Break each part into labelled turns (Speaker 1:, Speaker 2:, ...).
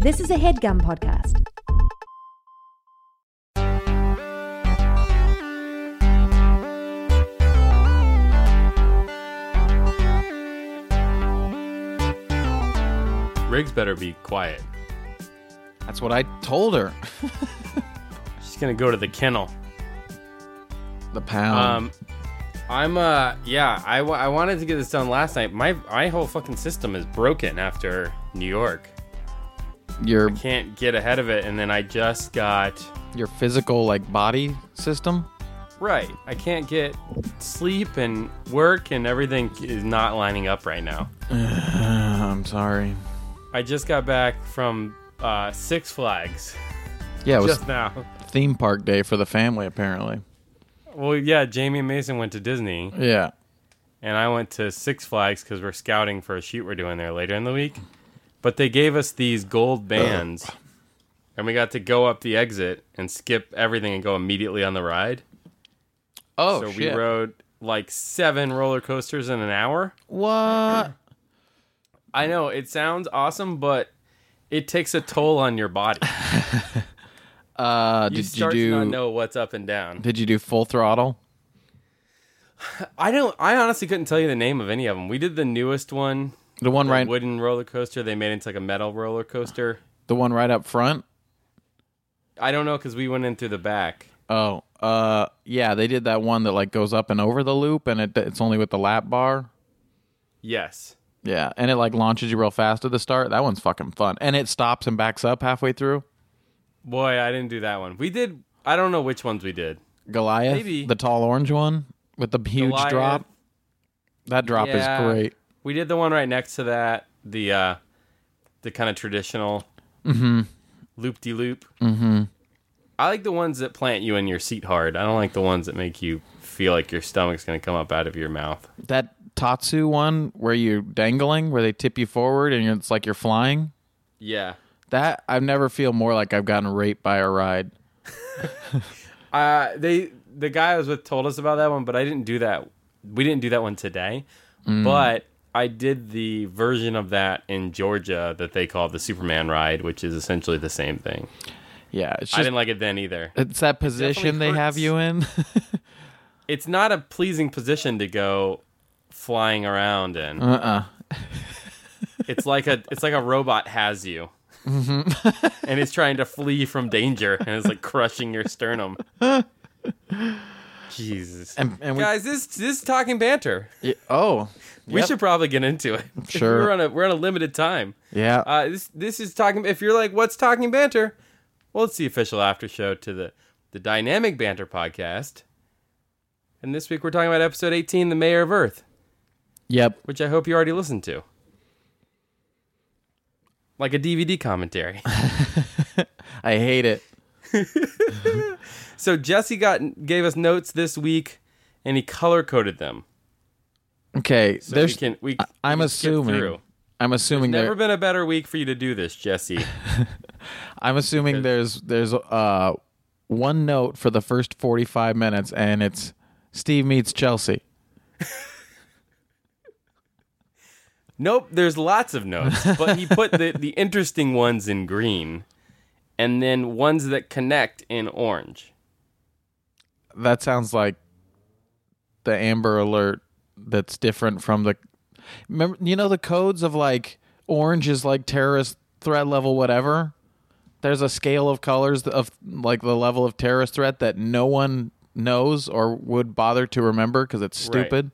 Speaker 1: This is a headgum podcast.
Speaker 2: Riggs better be quiet.
Speaker 3: That's what I told her.
Speaker 2: She's gonna go to the kennel.
Speaker 3: The pound.
Speaker 2: Um, I'm uh, yeah. I, w- I wanted to get this done last night. My my whole fucking system is broken after New York.
Speaker 3: your
Speaker 2: Can't get ahead of it, and then I just got
Speaker 3: your physical like body system.
Speaker 2: right. I can't get sleep and work and everything is not lining up right now.
Speaker 3: Uh-huh, I'm sorry.
Speaker 2: I just got back from uh, Six Flags
Speaker 3: Yeah, it was
Speaker 2: just now.
Speaker 3: theme park day for the family apparently.
Speaker 2: Well, yeah, Jamie and Mason went to Disney,
Speaker 3: Yeah.
Speaker 2: and I went to Six Flags because we're scouting for a shoot we're doing there later in the week. But they gave us these gold bands, and we got to go up the exit and skip everything and go immediately on the ride.
Speaker 3: Oh
Speaker 2: so
Speaker 3: shit.
Speaker 2: we rode like seven roller coasters in an hour.
Speaker 3: what?
Speaker 2: I know it sounds awesome, but it takes a toll on your body.
Speaker 3: Uh,
Speaker 2: You
Speaker 3: did you
Speaker 2: start to not
Speaker 3: do?
Speaker 2: know what's up and down.
Speaker 3: Did you do full throttle?
Speaker 2: I don't. I honestly couldn't tell you the name of any of them. We did the newest one,
Speaker 3: The one
Speaker 2: the
Speaker 3: right.
Speaker 2: wooden roller coaster. They made it into like a metal roller coaster.
Speaker 3: The one right up front.
Speaker 2: I don't know because we went in through the back.
Speaker 3: Oh. Uh. Yeah, they did that one that like goes up and over the loop, and it it's only with the lap bar.
Speaker 2: Yes.
Speaker 3: Yeah, and it like launches you real fast at the start. That one's fucking fun, and it stops and backs up halfway through.
Speaker 2: Boy, I didn't do that one. We did. I don't know which ones we did.
Speaker 3: Goliath,
Speaker 2: Maybe.
Speaker 3: the tall orange one with the huge
Speaker 2: Goliath.
Speaker 3: drop. That drop
Speaker 2: Yeah.
Speaker 3: is great.
Speaker 2: We did the one right next to that. The uh, the kind of traditional
Speaker 3: Mm-hmm.
Speaker 2: loop de loop. I like the ones that plant you in your seat hard. I don't like the ones that make you feel like your stomach's going to come up out of your mouth.
Speaker 3: That Tatsu one where you're dangling, where they tip you forward and it's like you're flying.
Speaker 2: Yeah.
Speaker 3: That I've never feel more like I've gotten raped by a ride.
Speaker 2: Uh, they the guy I was with told us about that one, but I didn't do that. We didn't do that one today, but I did the version of that in Georgia that they call the Superman ride, which is essentially the same thing.
Speaker 3: Yeah, it's
Speaker 2: I
Speaker 3: just
Speaker 2: didn't like it then either.
Speaker 3: it's that position
Speaker 2: Definitely
Speaker 3: they have
Speaker 2: hurts.
Speaker 3: you in.
Speaker 2: It's not a pleasing position to go flying around in.
Speaker 3: uh uh
Speaker 2: It's like a it's like a robot has you. and it's trying to flee from danger and it's like crushing your sternum. Jesus.
Speaker 3: And, and we,
Speaker 2: Guys, this this is talking banter.
Speaker 3: y- oh,
Speaker 2: We
Speaker 3: Yep.
Speaker 2: should probably get into it.
Speaker 3: Sure.
Speaker 2: we're on a we're on a limited time.
Speaker 3: yeah.
Speaker 2: Uh, this this is talking. If you're like, what's talking banter? Well, it's the official after show to the the Dynamic Banter podcast. And this week we're talking about episode 18, The Mayor of Earth,
Speaker 3: yep.
Speaker 2: which I hope you already listened to. Like a DVD commentary.
Speaker 3: I hate it.
Speaker 2: so Jesse got gave us notes this week, and he color coded them.
Speaker 3: Okay,
Speaker 2: So
Speaker 3: there's.
Speaker 2: we can we.
Speaker 3: I'm
Speaker 2: we can skip
Speaker 3: assuming.
Speaker 2: through.
Speaker 3: I'm assuming there.
Speaker 2: Never been a better week for you to do this, Jesse.
Speaker 3: I'm assuming there's there's uh one note for the first 45 minutes, and it's Steve meets Chelsea.
Speaker 2: Nope, there's lots of notes, but he put the, the interesting ones in green and then ones that connect in orange.
Speaker 3: That sounds like the Amber Alert. That's different from the. Remember, you know the codes of like orange is like terrorist threat level whatever. There's a scale of colors of like the level of terrorist threat that no one knows or would bother to remember because it's
Speaker 2: Right.
Speaker 3: stupid.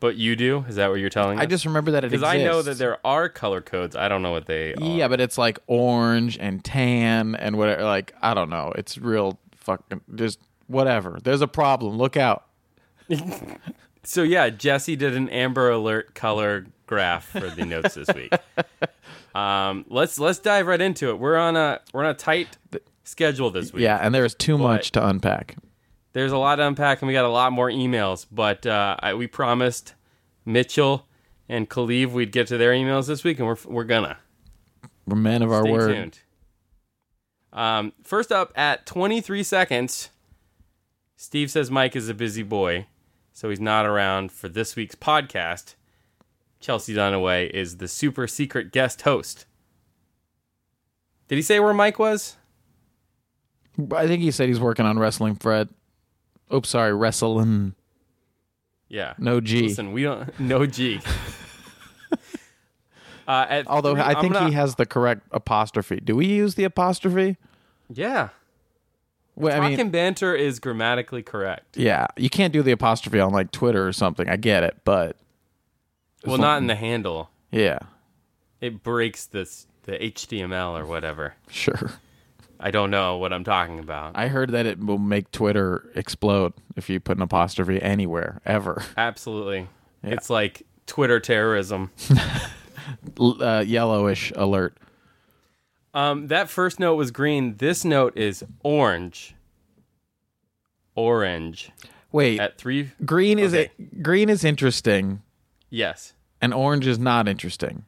Speaker 2: But you do? Is that what you're telling us?
Speaker 3: I just remember that it
Speaker 2: because
Speaker 3: exists.
Speaker 2: I know that there are color codes. I don't know what they are.
Speaker 3: Yeah, but it's like orange and tan and whatever. Like I don't know. It's real fucking just whatever. There's a problem. Look out.
Speaker 2: So yeah, Jesse did an Amber Alert color graph for the notes this week. Um, let's let's dive right into it. We're on a we're on a tight schedule this week.
Speaker 3: Yeah, and there's too much to unpack.
Speaker 2: there's a lot to unpack and we got a lot more emails but uh, I, we promised mitchell and khalif we'd get to their emails this week and we're, we're gonna
Speaker 3: We're men of our
Speaker 2: stay
Speaker 3: word.
Speaker 2: tuned um, first up at 23 seconds steve says mike is a busy boy so he's not around for this week's podcast chelsea dunaway is the super secret guest host Did he say where Mike was?
Speaker 3: I think he said he's working on wrestling Fred. Oops, sorry, wrestling.
Speaker 2: Yeah.
Speaker 3: No G.
Speaker 2: Listen, we don't. No G. uh, at
Speaker 3: Although
Speaker 2: three-
Speaker 3: I
Speaker 2: I'm
Speaker 3: think
Speaker 2: not-
Speaker 3: he has the correct apostrophe. Do we use the apostrophe?
Speaker 2: Yeah.
Speaker 3: Well, I
Speaker 2: Talking
Speaker 3: mean,
Speaker 2: banter is grammatically correct.
Speaker 3: yeah, you can't do the apostrophe on like Twitter or something. I get it, but
Speaker 2: Well, not in the handle.
Speaker 3: yeah,
Speaker 2: It breaks this the HTML or whatever.
Speaker 3: sure.
Speaker 2: I don't know what I'm talking about.
Speaker 3: I heard that it will make Twitter explode if you put an apostrophe anywhere ever.
Speaker 2: Absolutely. It's like Twitter terrorism.
Speaker 3: L- uh, yellowish alert.
Speaker 2: Um, that first note was green. This note is orange. Orange.
Speaker 3: Wait,
Speaker 2: At three.
Speaker 3: green is it? Green is interesting,
Speaker 2: Yes.
Speaker 3: and orange is not interesting.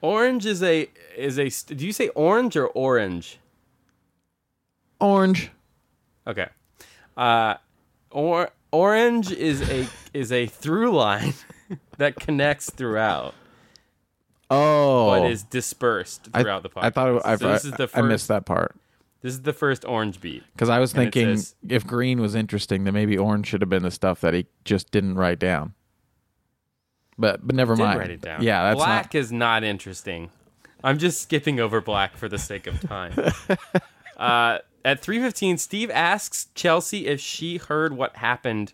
Speaker 2: Orange is a is a. st- Do you say orange or orange?
Speaker 3: Orange.
Speaker 2: Okay. Uh, or orange is a is a through line that connects throughout,
Speaker 3: Oh,
Speaker 2: but is dispersed
Speaker 3: I-
Speaker 2: throughout the podcast.
Speaker 3: I thought it, I,
Speaker 2: so this is the
Speaker 3: I
Speaker 2: first.
Speaker 3: missed that part
Speaker 2: This is the first orange beat.
Speaker 3: because I was
Speaker 2: And it
Speaker 3: thinking
Speaker 2: says-
Speaker 3: if green was interesting, then maybe orange should have been the stuff that he just didn't write down. But but never
Speaker 2: Did
Speaker 3: mind.
Speaker 2: write it down.
Speaker 3: Yeah, that's
Speaker 2: black is not interesting. I'm just skipping over black for the sake of time. uh, at 3:15, Steve asks Chelsea if she heard what happened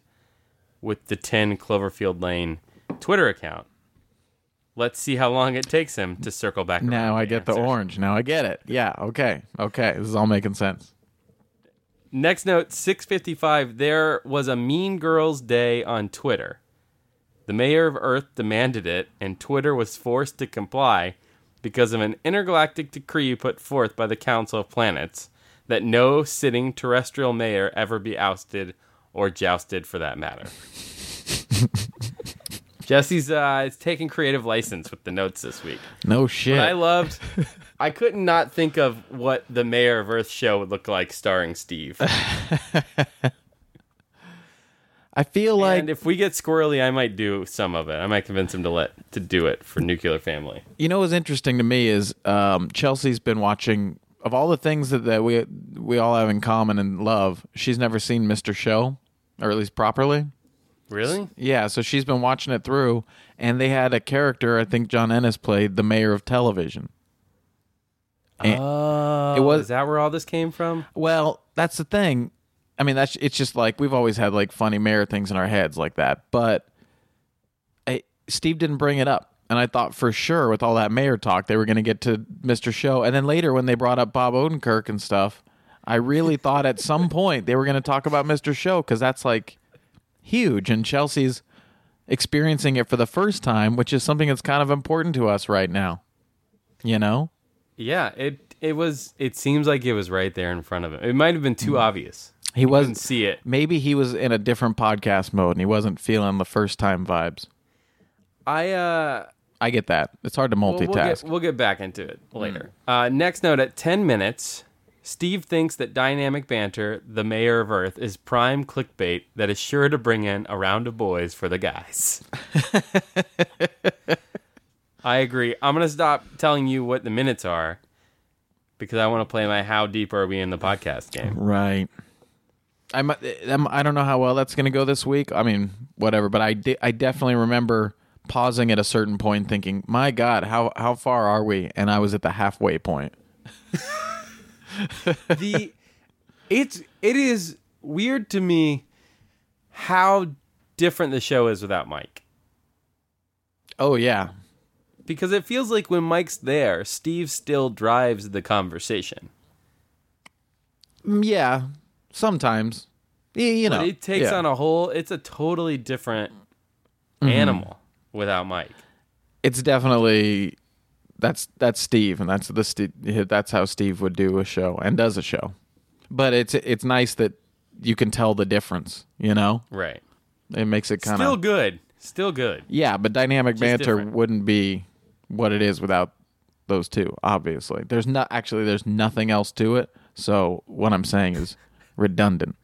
Speaker 2: with the 10 Cloverfield Lane Twitter account. Let's see how long it takes him to circle back.
Speaker 3: not. Now
Speaker 2: around
Speaker 3: I
Speaker 2: to
Speaker 3: get the
Speaker 2: answer.
Speaker 3: orange. Now I get it. Yeah. Okay. Okay. This is all making sense.
Speaker 2: Next note, 6:55. There was a Mean Girls Day on Twitter. The mayor of Earth demanded it, and Twitter was forced to comply because of an intergalactic decree put forth by the Council of Planets that no sitting terrestrial mayor ever be ousted or jousted for that matter. Jesse's uh, is taking creative license with the notes this week.
Speaker 3: No shit.
Speaker 2: I loved. I could not think of what the Mayor of Earth show would look like starring Steve.
Speaker 3: I feel like
Speaker 2: and if we get squirrely, I might do some of it. I might convince him to let to do it for Nuclear Family.
Speaker 3: You know what's interesting to me is um, Chelsea's been watching of all the things that, that we we all have in common and love, she's never seen Mr. Show, or at least properly.
Speaker 2: Really?
Speaker 3: Yeah, so she's been watching it through and they had a character I think John Ennis played, the mayor of television. And-
Speaker 2: Oh,
Speaker 3: it was-
Speaker 2: Is that where all this came from?
Speaker 3: Well, that's the thing. I mean, that's it's just like we've always had like funny mayor things in our heads like that, but I, Steve didn't bring it up, and I thought for sure with all that mayor talk they were going to get to Mr. Show, and then later when they brought up Bob Odenkirk and stuff, I really thought at some point they were going to talk about Mr. Show because that's like huge, and Chelsea's experiencing it for the first time, which is something that's kind of important to us right now. You know,
Speaker 2: Yeah. It it was. It seems like it was right there in front of him. It might have been too obvious.
Speaker 3: he
Speaker 2: Didn't
Speaker 3: wasn't
Speaker 2: see it.
Speaker 3: Maybe he was in a different podcast mode and he wasn't feeling the first time vibes.
Speaker 2: I uh.
Speaker 3: I get that. It's hard to
Speaker 2: Well, We'll get,
Speaker 3: multitask.
Speaker 2: we'll get back into it later. Uh, next note at 10 minutes, Steve thinks that Dynamic Banter, the mayor of Earth, is prime clickbait that is sure to bring in a round of boys for the guys. I agree. I'm going to stop telling you what the minutes are because I want to play my How Deep Are We in the Podcast game.
Speaker 3: right. I'm, I'm, I don't know how well that's going to go this week. I mean, whatever. But I, de- I definitely remember pausing at a certain point thinking, my God, how, how far are we? And I was at the halfway point.
Speaker 2: The it's it is weird to me how different the show is without Mike.
Speaker 3: Oh, yeah.
Speaker 2: because it feels like when Mike's there, Steve still drives the conversation.
Speaker 3: Mm, Yeah. Sometimes. Y- You know.
Speaker 2: But it takes
Speaker 3: yeah. Mm-hmm.
Speaker 2: on a whole. It's a totally different animal without Mike.
Speaker 3: it's definitely that's that's Steve, and that's the Ste that's how Steve would do a show and does a show. But it's it's nice that you can tell the difference. You know,
Speaker 2: Right.
Speaker 3: it makes it kind
Speaker 2: Still
Speaker 3: of
Speaker 2: good. Still good.
Speaker 3: yeah. But dynamic banter
Speaker 2: different.
Speaker 3: wouldn't be what it is without those two. Obviously, there's not actually there's nothing else to it. So what I'm saying is redundant.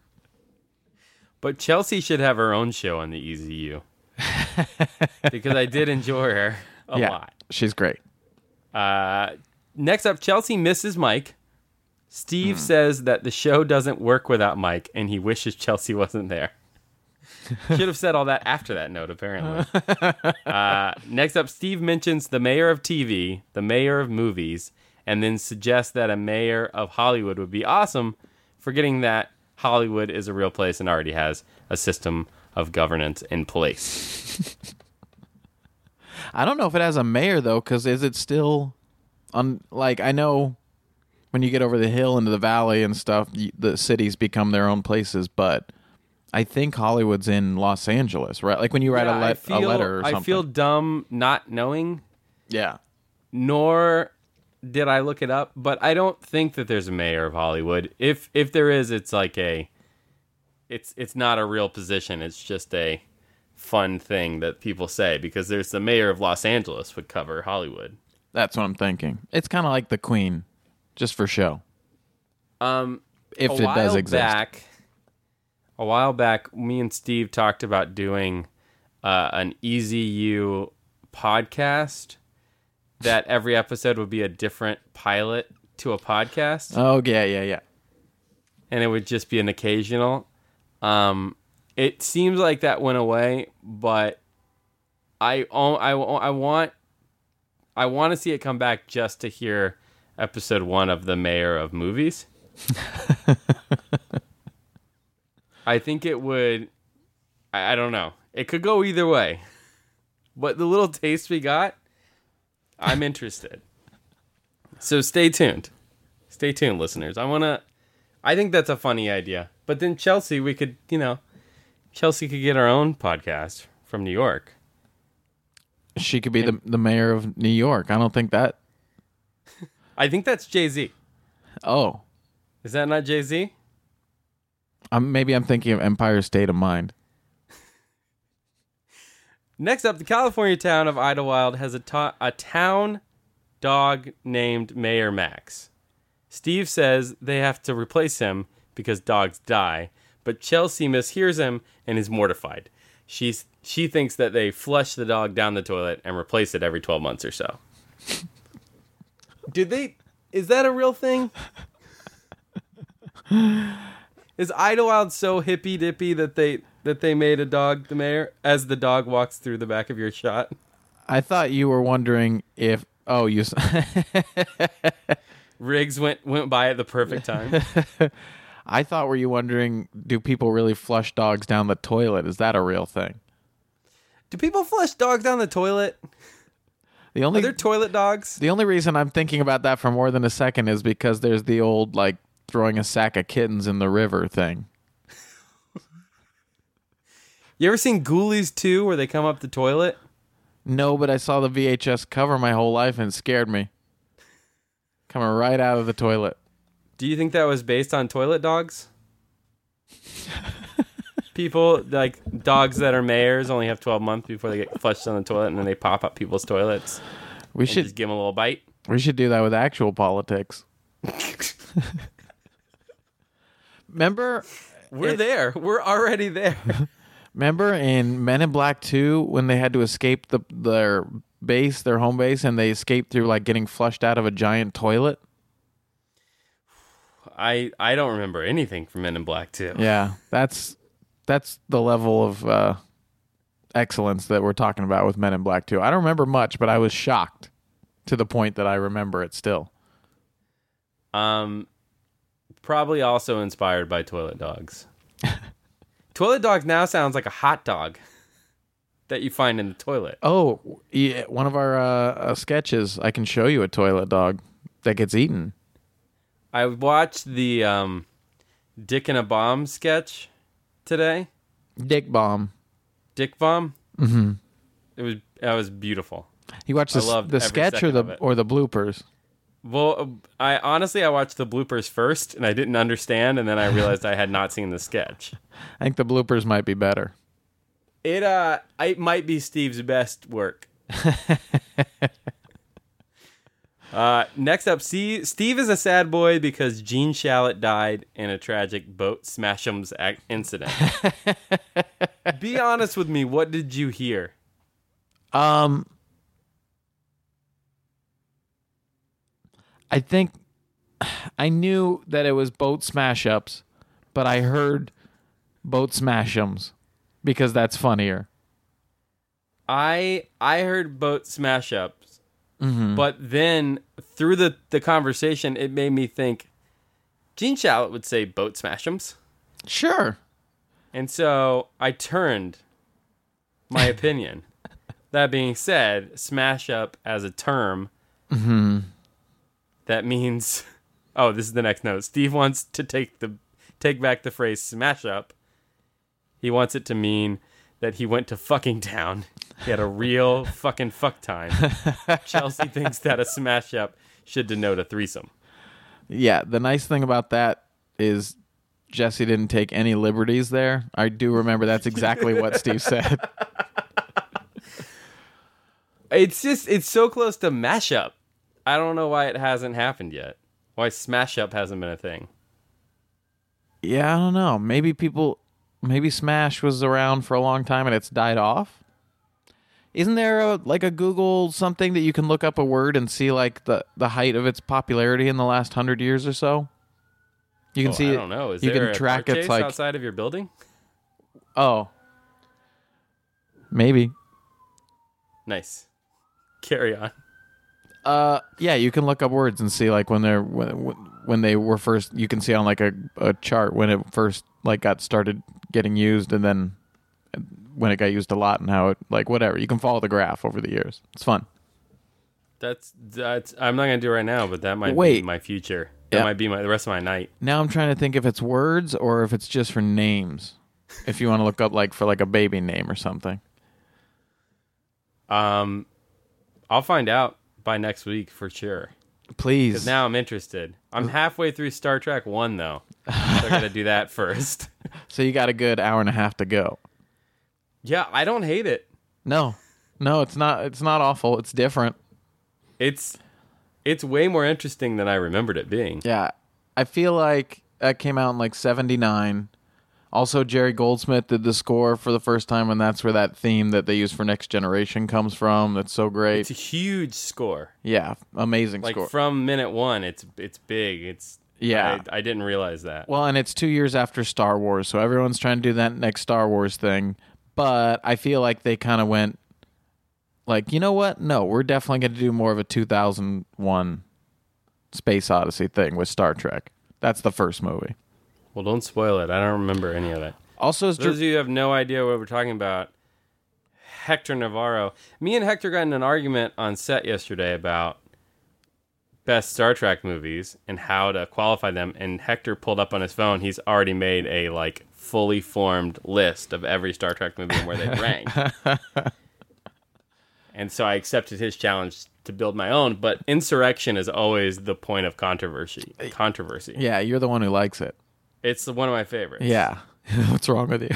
Speaker 2: But Chelsea should have her own show on the E EZU because I did enjoy her a
Speaker 3: yeah,
Speaker 2: lot.
Speaker 3: she's great.
Speaker 2: Uh, next up, Chelsea misses Mike. Steve says that the show doesn't work without Mike, and he wishes Chelsea wasn't there. Should have said all that after that note, apparently. Uh, next up, Steve mentions the mayor of TV, the mayor of movies, and then suggests that a mayor of Hollywood would be awesome, forgetting that Hollywood is a real place and already has a system of governance in place.
Speaker 3: I don't know if it has a mayor though, because is it still on? Like I know when you get over the hill into the valley and stuff, y- the cities become their own places. But I think Hollywood's in Los Angeles, right? Like when you write a,
Speaker 2: I
Speaker 3: let,
Speaker 2: feel,
Speaker 3: a letter or something.
Speaker 2: I feel dumb not knowing
Speaker 3: yeah.
Speaker 2: nor did I look it up, but I don't think that there's a mayor of Hollywood. If if there is, it's like a it's it's not a real position. It's just a fun thing that people say because there's the mayor of Los Angeles would cover Hollywood.
Speaker 3: That's what I'm thinking. It's kind of like the Queen, just for show.
Speaker 2: Um
Speaker 3: If it does exist,
Speaker 2: Back, a while back, me and Steve talked about doing uh, an Easy U podcast that every episode would be a different pilot to a podcast.
Speaker 3: oh yeah, yeah, yeah.
Speaker 2: and it would just be an occasional. Um, it seems like that went away, but I o- I, o- I want I want to see it come back just to hear episode one of the mayor of movies. I think it would. I, I don't know. It could go either way, but the little taste we got, I'm interested. so stay tuned. Stay tuned, listeners. I want to I think that's a funny idea. But then Chelsea, we could, you know, Chelsea could get our own podcast from New York.
Speaker 3: She could be the the mayor of New York. I don't think that.
Speaker 2: I think that's Jay Z.
Speaker 3: Oh,
Speaker 2: Is that not Jay Z?
Speaker 3: I'm, maybe I'm thinking of Empire State of Mind.
Speaker 2: Next up, the California town of Idlewild has a, to- a town dog named Mayor Max. Steve says they have to replace him because dogs die, but Chelsea mishears him and is mortified. She's, she thinks that they flush the dog down the toilet and replace it every 12 months or so. Did they? Is that a real thing? Is Idlewild so hippy dippy that they that they made a dog the mayor as the dog walks through the back of your shot?
Speaker 3: I thought you were wondering if. Oh, you. s-
Speaker 2: Riggs went went by at the perfect time.
Speaker 3: I thought were you wondering? Do people really flush dogs down the toilet? Is that a real thing?
Speaker 2: Do people flush dogs down the toilet?
Speaker 3: The
Speaker 2: Are
Speaker 3: only
Speaker 2: there toilet dogs?
Speaker 3: the only reason I'm thinking about that for more than a second is because there's the old like throwing a sack of kittens in the river thing.
Speaker 2: You ever seen Ghoulies 2 where they come up the toilet?
Speaker 3: No, but I saw the VHS cover my whole life and it scared me. Coming right out of the toilet.
Speaker 2: Do you think that was based on toilet dogs? People like dogs that are mayors only have 12 months before they get flushed down the toilet and then they pop up people's toilets.
Speaker 3: We
Speaker 2: You
Speaker 3: should
Speaker 2: just give them a little bite.
Speaker 3: we should do that with actual politics. remember
Speaker 2: We're there. We're already there.
Speaker 3: remember in Men in Black 2 when they had to escape the their base, their home base and they escaped through like getting flushed out of a giant toilet?
Speaker 2: I I don't remember anything from Men in Black 2.
Speaker 3: Yeah, that's that's the level of uh, excellence that we're talking about with Men in Black Two. I don't remember much, but I was shocked to the point that I remember it still.
Speaker 2: Um, probably also inspired by toilet dogs. toilet dogs now sounds like a hot dog that you find in the toilet.
Speaker 3: Oh, yeah, one of our uh, uh, sketches. I can show you a toilet dog that gets eaten.
Speaker 2: I watched the um, Dick and a Bomb sketch today.
Speaker 3: Dick bomb.
Speaker 2: Dick Bomb. Mm-hmm. It was that was beautiful.
Speaker 3: You watch the,
Speaker 2: I loved
Speaker 3: the
Speaker 2: every
Speaker 3: sketch or
Speaker 2: second of
Speaker 3: the
Speaker 2: it.
Speaker 3: or the bloopers.
Speaker 2: Well, uh, I honestly I watched the bloopers first and I didn't understand, and then I realized I had not seen the sketch.
Speaker 3: I think the bloopers might be better.
Speaker 2: It uh, it might be Steve's best work. uh, next up, see, Steve is a sad boy because Gene Shalit died in a tragic boat smashums ac- incident. be honest with me. What did you hear?
Speaker 3: Um, I think I knew that it was boat smash ups, but I heard boat smashums because that's funnier.
Speaker 2: I I heard boat smash ups, but then through the the conversation, it made me think. Gene Shalit would say boat smashums,
Speaker 3: Sure.
Speaker 2: and so I turned my opinion. that being said, smash up as a term, that means. Oh, this is the next note. Steve wants to take the take back the phrase smash up. He wants it to mean that he went to fucking town. He had a real fucking fuck time. Chelsea thinks that a smash up should denote a threesome.
Speaker 3: Yeah, the nice thing about that is Jesse didn't take any liberties there. I do remember that's exactly what Steve said.
Speaker 2: It's just it's so close to mashup. I don't know why it hasn't happened yet. Why smash up hasn't been a thing.
Speaker 3: Yeah, I don't know. Maybe people maybe Smash was around for a long time and it's died off. Isn't there a, like a Google something that you can look up a word and see like the, the height of its popularity in the last 100 years or so? You can
Speaker 2: Oh,
Speaker 3: see
Speaker 2: I don't know. Is
Speaker 3: you
Speaker 2: there
Speaker 3: can
Speaker 2: a
Speaker 3: track
Speaker 2: car
Speaker 3: its
Speaker 2: chase
Speaker 3: like
Speaker 2: outside of your building?
Speaker 3: oh. Maybe.
Speaker 2: Nice. Carry on.
Speaker 3: Uh, yeah, you can look up words and see like when they're when when they were first. You can see on like a, a chart when it first like got started getting used, and then uh, when it got used a lot, and how it like whatever. You can follow the graph over the years. It's fun.
Speaker 2: That's that's I'm not gonna do it right now, but that might be
Speaker 3: Wait.
Speaker 2: my future. That
Speaker 3: Yeah.
Speaker 2: might be my the rest of my night.
Speaker 3: Now I'm trying to think if it's words or if it's just for names. If you want to look up like for like a baby name or something.
Speaker 2: Um, I'll find out by next week for sure.
Speaker 3: Please.
Speaker 2: Now I'm interested. I'm halfway through Star Trek One though, so I gotta do that first.
Speaker 3: so you got a good hour and a half to go.
Speaker 2: Yeah, I don't hate it.
Speaker 3: No. No, it's not it's not awful. It's different.
Speaker 2: It's it's way more interesting than I remembered it being.
Speaker 3: Yeah. I feel like that came out in like 79. Also, Jerry Goldsmith did the score for the first time, and that's where that theme that they use for Next Generation comes from. That's so
Speaker 2: It's
Speaker 3: great.
Speaker 2: a huge score.
Speaker 3: Yeah, amazing
Speaker 2: Like
Speaker 3: score.
Speaker 2: from minute one, it's it's big. It's
Speaker 3: Yeah.
Speaker 2: I, I didn't realize that.
Speaker 3: well, and it's two years after Star Wars, so everyone's trying to do that next Star Wars thing. But I feel like they kind of went, like, you know what? No, we're definitely going to do more of a 2001 Space Odyssey thing with Star Trek. That's the first movie.
Speaker 2: Well, don't spoil it. I don't remember any of it.
Speaker 3: Also, it's
Speaker 2: Those of you who have no idea what we're talking about, Hector Navarro. Me and Hector got in an argument on set yesterday about best Star Trek movies and how to qualify them. And Hector pulled up on his phone. He's already made a like fully formed list of every Star Trek movie and where they rank. and so I accepted his challenge to build my own. But Insurrection is always the point of controversy. Controversy.
Speaker 3: Uh, yeah, you're the one who likes it.
Speaker 2: It's one of my favorites.
Speaker 3: Yeah. What's wrong with you?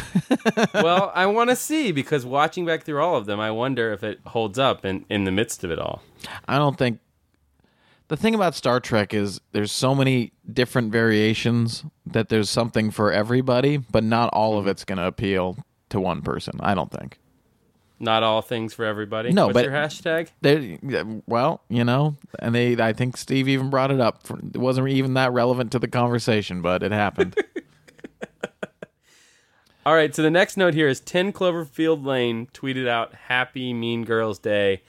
Speaker 2: well, I want to see because watching back through all of them, I wonder if it holds up in, in the midst of it all.
Speaker 3: I don't think the thing about Star Trek is there's so many different variations that there's something for everybody, but not all of it's going to appeal to one person. I don't think.
Speaker 2: Not all things for everybody.
Speaker 3: No,
Speaker 2: What's
Speaker 3: but-
Speaker 2: your hashtag?
Speaker 3: They, well, you know, and they. I think Steve even brought it up. It wasn't even that relevant to the conversation, but it happened.
Speaker 2: All right, so the next note here is 10 Cloverfield Lane tweeted out Happy Mean Girls Day,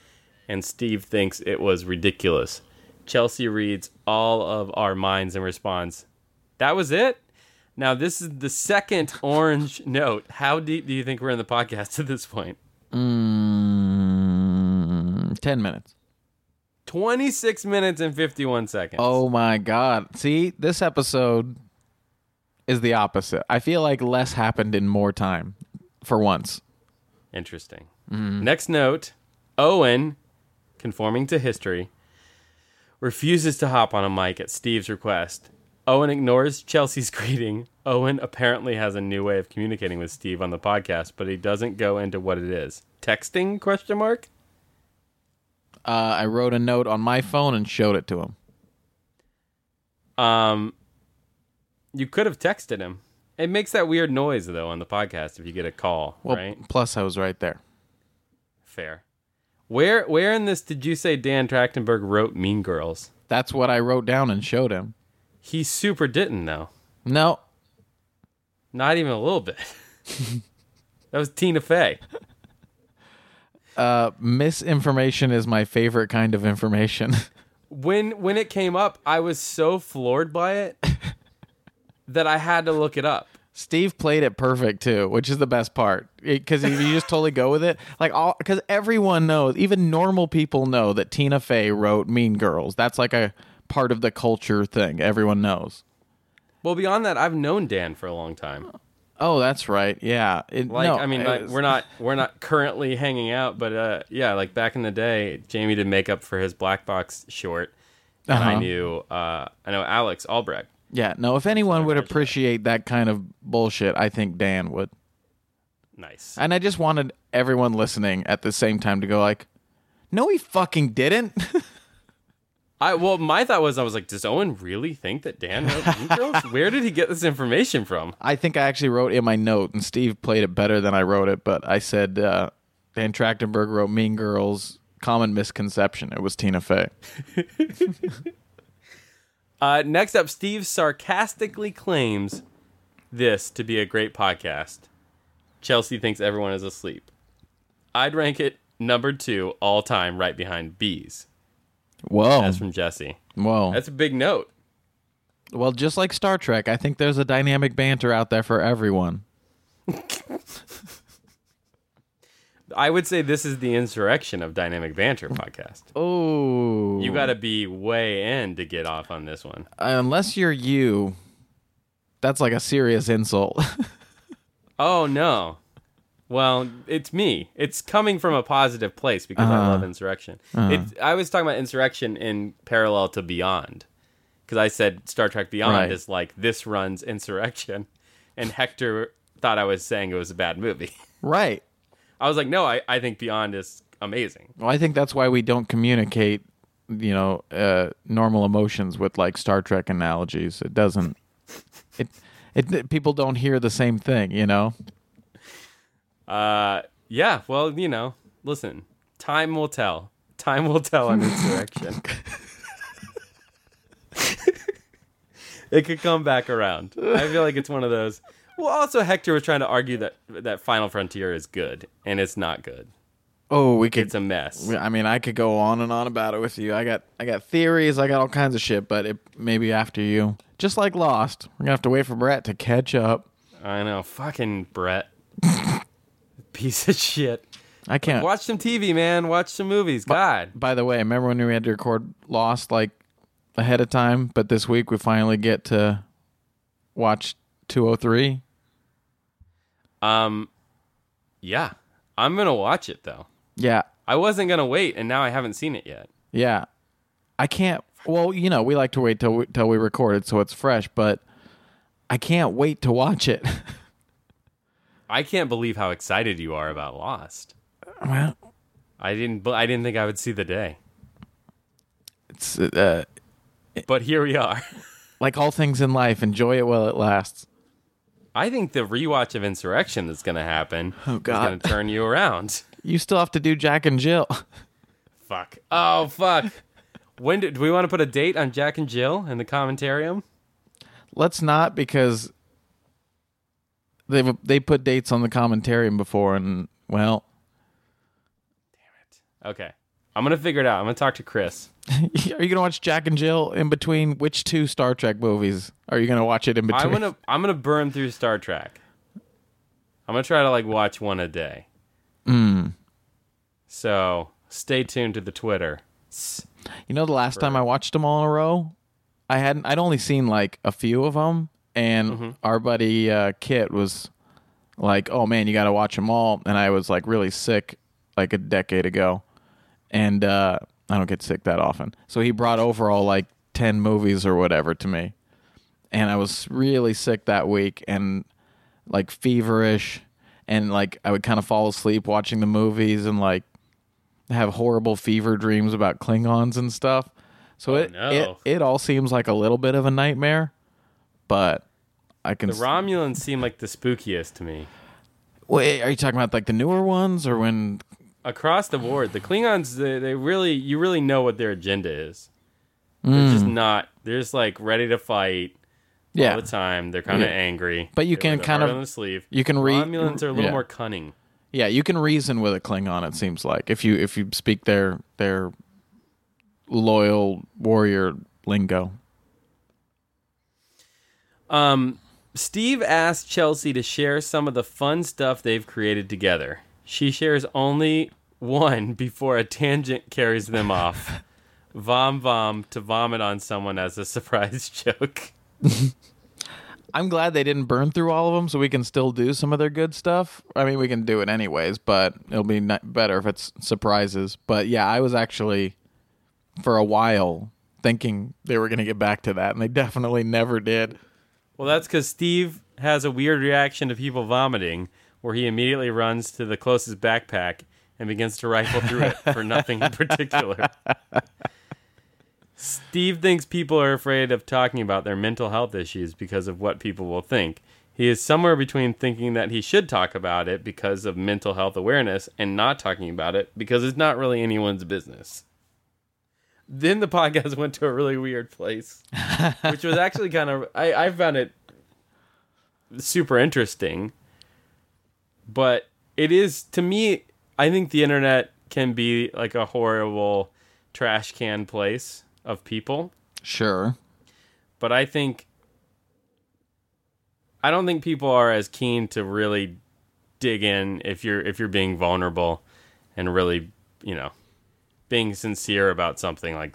Speaker 2: and Steve thinks it was ridiculous. Chelsea reads all of our minds and responds, That was it? Now, this is the second orange note. How deep do you think we're in the podcast at this point?
Speaker 3: mm, Ten minutes.
Speaker 2: 26 minutes and 51 seconds.
Speaker 3: Oh my god! See, this episode is the opposite. I feel like less happened in more time, for once.
Speaker 2: Interesting. Next note Owen, conforming to history, refuses to hop on a mic at Steve's request. Owen ignores Chelsea's greeting. Owen apparently has a new way of communicating with Steve on the podcast, but he doesn't go into what it is. Texting question mark?
Speaker 3: Uh, I wrote a note on my phone and showed it to him.
Speaker 2: Um you could have texted him. It makes that weird noise though on the podcast if you get a call,
Speaker 3: Well,
Speaker 2: right?
Speaker 3: plus I was right there.
Speaker 2: Fair. Where where in this did you say Dan Trachtenberg wrote Mean Girls?
Speaker 3: That's what I wrote down and showed him.
Speaker 2: He super didn't though.
Speaker 3: No,
Speaker 2: Not even a little bit. that was Tina Fey.
Speaker 3: uh, misinformation is my favorite kind of information.
Speaker 2: When when it came up, I was so floored by it that I had to look it up.
Speaker 3: Steve played it perfect too, which is the best part because if you just totally go with it, like all because everyone knows, even normal people know that Tina Fey wrote Mean Girls. That's like a part of the culture thing. Everyone knows.
Speaker 2: Well, beyond that, I've known Dan for a long time.
Speaker 3: Oh, that's right. Yeah. It-
Speaker 2: Like
Speaker 3: no,
Speaker 2: I mean,
Speaker 3: it
Speaker 2: like,
Speaker 3: was-
Speaker 2: we're not we're not currently hanging out, but uh, yeah, like back in the day, Jamie did makeup for his black box short, and I
Speaker 3: Uh-huh.
Speaker 2: knew uh, I know Alex Albrecht.
Speaker 3: Yeah. No, if anyone would appreciate that kind of bullshit, I think Dan would.
Speaker 2: Nice.
Speaker 3: And I just wanted everyone listening at the same time to go like, "No, he fucking didn't."
Speaker 2: I well, my thought was I was like, does Owen really think that Dan wrote Mean Girls? Where did he get this information from?
Speaker 3: I think I actually wrote in my note, and Steve played it better than I wrote it. But I said uh, Dan Trachtenberg wrote Mean Girls. Common misconception. It was Tina Fey.
Speaker 2: Uh, next up, Steve sarcastically claims this to be a great podcast. Chelsea thinks everyone is asleep. I'd rank it number two all time, right behind Bees.
Speaker 3: Whoa,
Speaker 2: That's from Jesse.
Speaker 3: whoa.
Speaker 2: That's a big note.
Speaker 3: well, just like Star Trek, I think there's a dynamic banter out there for everyone.
Speaker 2: I would say this is the insurrection of Dynamic Banter podcast.
Speaker 3: Oh,
Speaker 2: You got to be way in to get off on this one.
Speaker 3: unless you're you. That's like a serious insult.
Speaker 2: Oh no. Well, it's me. It's coming from a positive place because I love Insurrection. It's, I was talking about Insurrection in parallel to Beyond, because I said Star Trek Beyond
Speaker 3: Right.
Speaker 2: is like this runs Insurrection, and Hector thought I was saying it was a bad movie.
Speaker 3: right.
Speaker 2: I was like, no, I, I think Beyond is amazing.
Speaker 3: Well, I think that's why we don't communicate, you know, uh, normal emotions with like Star Trek analogies. It doesn't. It, it, people don't hear the same thing, you know.
Speaker 2: Uh, yeah. Well, you know, listen, time will tell. Time will tell on Insurrection. it could come back around. I feel like it's one of those. Well, also Hector was trying to argue that that Final Frontier is good, and it's not good.
Speaker 3: Oh, we could.
Speaker 2: It's a mess.
Speaker 3: I mean, I could go on and on about it with you. I got, I got theories. I got all kinds of shit. But it maybe after you, just like Lost, we're gonna have to wait for Brett to catch up.
Speaker 2: I know. Fucking Brett, piece of shit.
Speaker 3: I can't.
Speaker 2: Watch some TV, man. Watch some movies. God.
Speaker 3: By the way, remember when we had to record Lost like ahead of time? But this week we finally get to watch 203.
Speaker 2: Um. Yeah, I'm gonna watch it though.
Speaker 3: Yeah,
Speaker 2: I wasn't gonna wait, and now I haven't seen it yet.
Speaker 3: Yeah, I can't. Well, you know, we like to wait till we, till we record it so it's fresh, but I can't wait to watch it.
Speaker 2: I can't believe how excited you are about Lost.
Speaker 3: well,
Speaker 2: I didn't. I didn't think I would see the day,
Speaker 3: it's uh,
Speaker 2: but here we are.
Speaker 3: like all things in life, enjoy it while it lasts.
Speaker 2: I think the rewatch of Insurrection that's going to happen
Speaker 3: Oh, God.
Speaker 2: is going to turn you around.
Speaker 3: You still have to do Jack and Jill.
Speaker 2: fuck. Oh fuck. When do, do we want to put a date on Jack and Jill in the commentarium?
Speaker 3: Let's not because they they put dates on the commentarium before, and well,
Speaker 2: Okay, I'm gonna figure it out. I'm gonna talk to Chris.
Speaker 3: are you gonna watch Jack and Jill in between which two Star Trek movies? Are you gonna watch it in between?
Speaker 2: I'm gonna I'm gonna burn through Star Trek. I'm gonna try to like watch one a day.
Speaker 3: Hmm.
Speaker 2: So stay tuned to the Twitter.
Speaker 3: You know, the last time I watched them all in a row, I hadn't. I'd only seen like a few of them, and our buddy uh, Kit was like, "Oh man, you got to watch them all." And I was like really sick, like a decade ago, and uh, I don't get sick that often. So he brought over all like ten movies or whatever to me, and I was really sick that week and like feverish, and like I would kind of fall asleep watching the movies and like have horrible fever dreams about Klingons and stuff. So it,
Speaker 2: Oh, no.
Speaker 3: it it all seems like a little bit of a nightmare, but I can.
Speaker 2: The Romulans seem like the spookiest to me.
Speaker 3: Wait, eh, are you talking about like the newer ones or when?
Speaker 2: Across the board, the Klingons they, they really you really know what their agenda is. They're just not. They're just like ready to fight all
Speaker 3: Mm. Yeah.
Speaker 2: the time. They're kind of
Speaker 3: Yeah.
Speaker 2: angry,
Speaker 3: But you
Speaker 2: They
Speaker 3: can
Speaker 2: wear their
Speaker 3: kind
Speaker 2: heart
Speaker 3: of-
Speaker 2: on the sleeve.
Speaker 3: you can re-
Speaker 2: Romulans are a little
Speaker 3: yeah.
Speaker 2: more cunning.
Speaker 3: Yeah, you can reason with a Klingon. It seems like if you if you speak their their loyal warrior lingo.
Speaker 2: Um, Steve asked Chelsea to share some of the fun stuff they've created together. She shares only one before a tangent carries them off. Vom vom to vomit on someone as a surprise joke.
Speaker 3: I'm glad they didn't burn through all of them, so we can still do some of their good stuff. I mean, we can do it anyways, but it'll be ni- better if it's surprises. But yeah, I was actually for a while thinking they were going to get back to that, and they definitely never did.
Speaker 2: Well, that's because Steve has a weird reaction to people vomiting, where he immediately runs to the closest backpack and begins to rifle through it for nothing in particular. Steve thinks people are afraid of talking about their mental health issues because of what people will think. He is somewhere between thinking that he should talk about it because of mental health awareness and not talking about it because it's not really anyone's business. Then the podcast went to a really weird place, which was actually kind of, I, I found it super interesting. But it is, to me, I think the internet can be like a horrible trash can place of people
Speaker 3: Sure.
Speaker 2: but I think I don't think people are as keen to really dig in if you're if you're being vulnerable and really, you know, being sincere about something like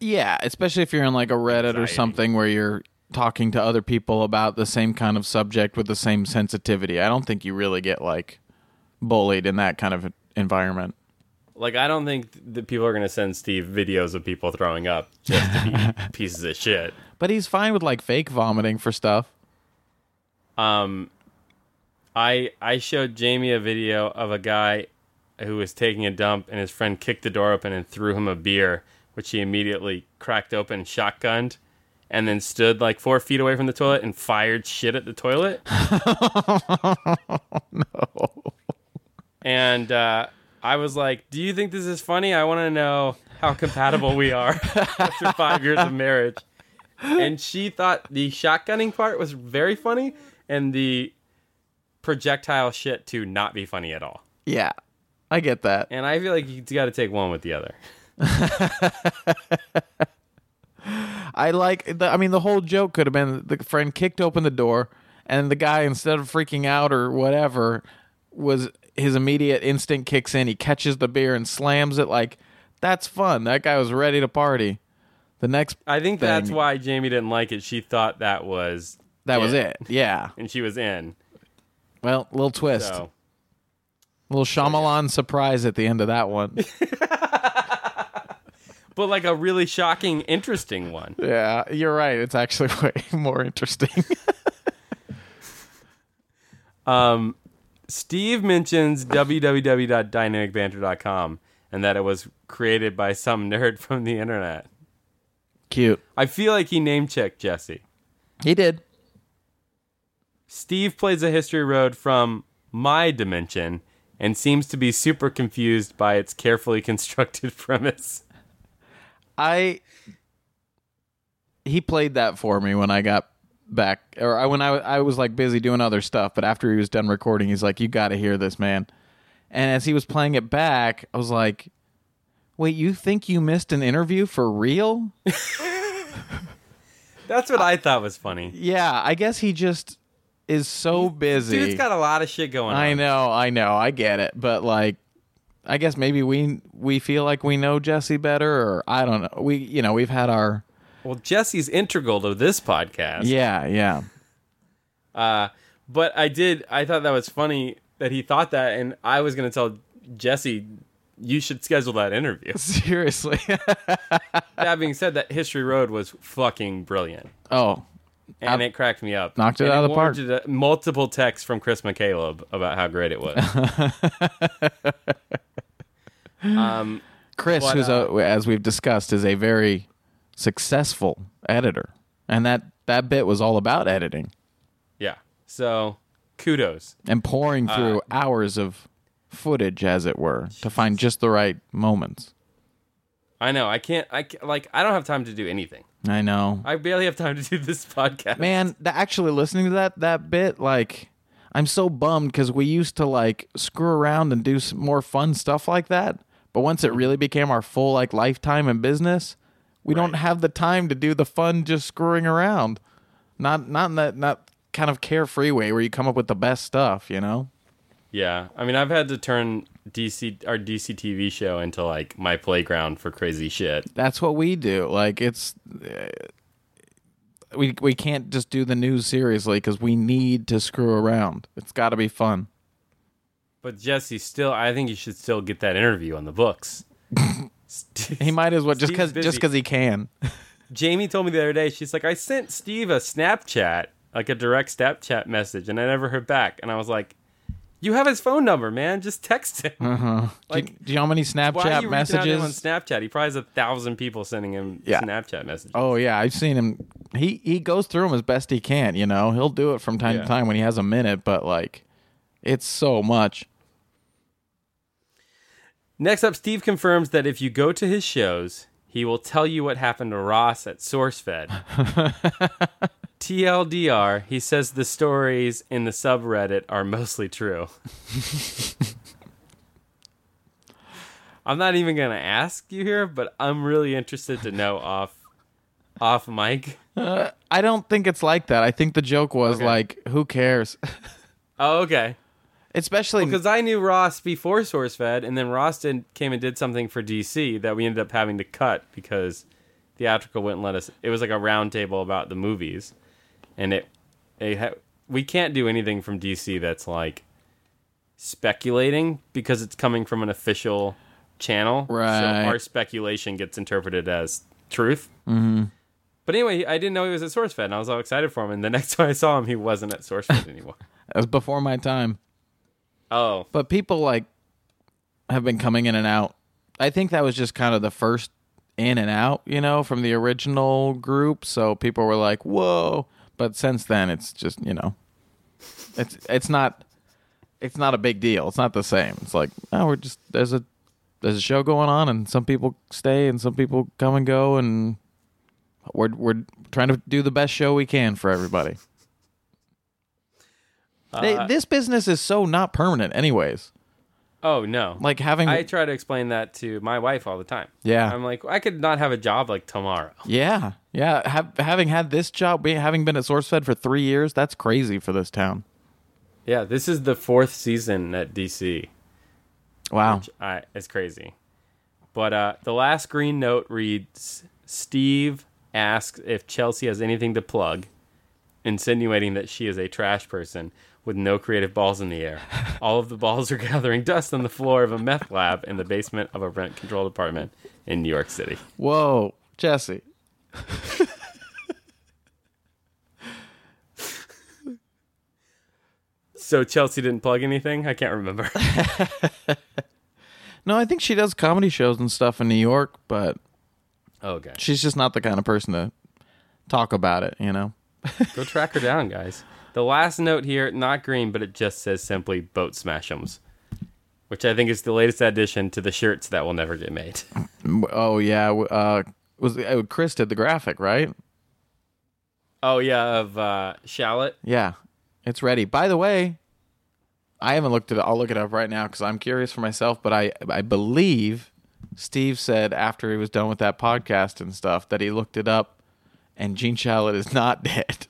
Speaker 3: Yeah, especially if you're in like a Reddit or
Speaker 2: Anxiety.
Speaker 3: something where you're talking to other people about the same kind of subject with the same sensitivity. I don't think you really get like bullied in that kind of environment.
Speaker 2: like I don't think that people are going to send Steve videos of people throwing up just to be pieces of shit.
Speaker 3: But he's fine with like fake vomiting for stuff.
Speaker 2: Um, I I showed Jamie a video of a guy who was taking a dump, and his friend kicked the door open and threw him a beer, which he immediately cracked open, and shotgunned, and then stood like four feet away from the toilet and fired shit at the toilet. no. And uh, I was like, "Do you think this is funny? I want to know how compatible we are after five years of marriage." and she thought the shotgunning part was very funny and the projectile shit to not be funny at all.
Speaker 3: Yeah. I get that.
Speaker 2: And I feel like you got to take one with the other.
Speaker 3: I like the, I mean the whole joke could have been the friend kicked open the door and the guy instead of freaking out or whatever was his immediate instinct kicks in, he catches the beer and slams it like that's fun. That guy was ready to party. The next
Speaker 2: I think that's
Speaker 3: Thing.
Speaker 2: why Jamie didn't like it. She thought that was
Speaker 3: That was
Speaker 2: Yeah.
Speaker 3: it. Yeah.
Speaker 2: and she was in.
Speaker 3: Well, little twist,
Speaker 2: So
Speaker 3: little Shyamalan surprise at the end of that one.
Speaker 2: but like a really shocking interesting one.
Speaker 3: yeah, you're right. It's actually way more interesting.
Speaker 2: Um Steve mentions www.dynamicbanter.com and that it was created by some nerd from the internet.
Speaker 3: Cute.
Speaker 2: I feel like he name checked Jesse.
Speaker 3: He did.
Speaker 2: Steve plays a history road from my dimension and seems to be super confused by its carefully constructed premise.
Speaker 3: I he played that for me when I got back, or I, when I I was like busy doing other stuff. But after he was done recording, he's like, "You got to hear this, man." And as he was playing it back, I was like, "Wait, you think you missed an interview for real?"
Speaker 2: That's what I thought was funny.
Speaker 3: yeah, I guess he just is so busy.
Speaker 2: Dude's got a lot of shit going on.
Speaker 3: I know, I know, I get it, but like, I guess maybe we we feel like we know Jesse better, or I don't know. We you know we've had our
Speaker 2: Well, Jesse's integral to this podcast.
Speaker 3: yeah yeah
Speaker 2: Uh, but I did. I thought that was funny that he thought that, and I was going to tell Jesse, you should schedule that interview.
Speaker 3: seriously.
Speaker 2: that being said, that History Road was fucking brilliant,
Speaker 3: oh,
Speaker 2: and it cracked me up.
Speaker 3: Knocked it
Speaker 2: And
Speaker 3: out of the park.
Speaker 2: warranted a- Multiple texts from Chris McCaleb about how great it was. um,
Speaker 3: Chris,
Speaker 2: But,
Speaker 3: who's a, as we've discussed, is a very successful editor, and that that bit was all about editing
Speaker 2: Yeah. So kudos.
Speaker 3: and pouring through hours of footage, as it were, to find just the right moments.
Speaker 2: I know. I can't. I ca- like. I don't have time to do anything.
Speaker 3: I know.
Speaker 2: I barely have time to do this podcast.
Speaker 3: man th- actually listening to that that bit like i'm so bummed because we used to like screw around and do some more fun stuff like that but once it really became our full like lifetime in business we don't have the time to do the fun just screwing around not not in that not kind of carefree way where you come up with the best stuff you know
Speaker 2: Yeah. I mean, I've had to turn DC our DC TV show into like my playground for crazy shit.
Speaker 3: that's what we do like it's uh, we we can't just do the news seriously because we need to screw around it's got to be fun
Speaker 2: But Jesse, still, I think you should still get that interview on the books. St-
Speaker 3: He might as well just
Speaker 2: Steve's
Speaker 3: because just
Speaker 2: busy.
Speaker 3: because he can.
Speaker 2: Jamie told me the other day, she's like, I sent Steve a Snapchat, like a direct Snapchat message, and I never heard back. And I was like, You have his phone number, man. Just text him.
Speaker 3: Like, do, you, know how many
Speaker 2: Why are
Speaker 3: Snapchat
Speaker 2: you reaching out to him on
Speaker 3: messages?
Speaker 2: Snapchat? He probably has a thousand people sending him
Speaker 3: Yeah.
Speaker 2: Snapchat messages.
Speaker 3: oh yeah, I've seen him. He he goes through them as best he can. You know, he'll do it from time
Speaker 2: Yeah.
Speaker 3: to time when he has a minute. But like, it's so much.
Speaker 2: Next up, Steve confirms that if you go to his shows, he will tell you what happened to Ross at SourceFed. TLDR, he says the stories in the subreddit are mostly true. I'm not even gonna ask you here, but I'm really interested to know off off mic.
Speaker 3: I don't think it's like that. I think the joke was
Speaker 2: Okay.
Speaker 3: like, who cares?
Speaker 2: Oh, okay.
Speaker 3: Especially
Speaker 2: Because I knew Ross before SourceFed, and then Ross did, came and did something for DC that we ended up having to cut because theatrical wouldn't let us. It was like a roundtable about the movies, and it, it ha- we can't do anything from DC that's like speculating because it's coming from an official channel. So
Speaker 3: Right.
Speaker 2: our speculation gets interpreted as truth.
Speaker 3: Mm-hmm.
Speaker 2: But anyway, I didn't know he was at SourceFed, and I was all excited for him. And the next time I saw him, he wasn't at SourceFed anymore.
Speaker 3: it was before my time.
Speaker 2: Oh,
Speaker 3: But people like have been coming in and out. I think that was just kind of the first in and out, you know, from the original group. So people were like, "Whoa!" But since then, it's just you know, it's it's not it's not a big deal. It's not the same. It's like oh, we're just there's a there's a show going on, and some people stay, and some people come and go, and we're we're trying to do the best show we can for everybody.
Speaker 2: Uh,
Speaker 3: They- this business is so not permanent, anyways.
Speaker 2: oh no!
Speaker 3: Like having
Speaker 2: I try to explain that to my wife all the time.
Speaker 3: Yeah.
Speaker 2: I'm like, I could not have a job like tomorrow.
Speaker 3: Yeah, yeah. Have, having had this job, be, having been at SourceFed for three years, that's crazy for this town.
Speaker 2: Yeah, this is the fourth season at DC.
Speaker 3: Wow.
Speaker 2: I, it's crazy. But uh, the last green note reads Steve asks if Chelsea has anything to plug, insinuating that she is a trash person with no creative balls in the air. All of the balls are gathering dust on the floor of a meth lab in the basement of a rent controlled apartment in New York City.
Speaker 3: Whoa, Jesse.
Speaker 2: So Chelsea didn't plug anything? I can't remember.
Speaker 3: No, I think she does comedy shows and stuff in New York, but
Speaker 2: okay.
Speaker 3: she's just not the kind of person to talk about it. You know.
Speaker 2: Go track her down, guys. The last note here, not green, but it just says simply boat smashums, which I think is the latest addition to the shirts that will never get made.
Speaker 3: M- Oh yeah. w- Uh, was oh, Chris did the graphic right?
Speaker 2: Oh yeah, of uh, shallot.
Speaker 3: Yeah, it's ready. By the way, I haven't looked at it. I'll look it up right now because I'm curious for myself. But I, I believe Steve said after he was done with that podcast and stuff that he looked it up, and Gene Shalit is not dead.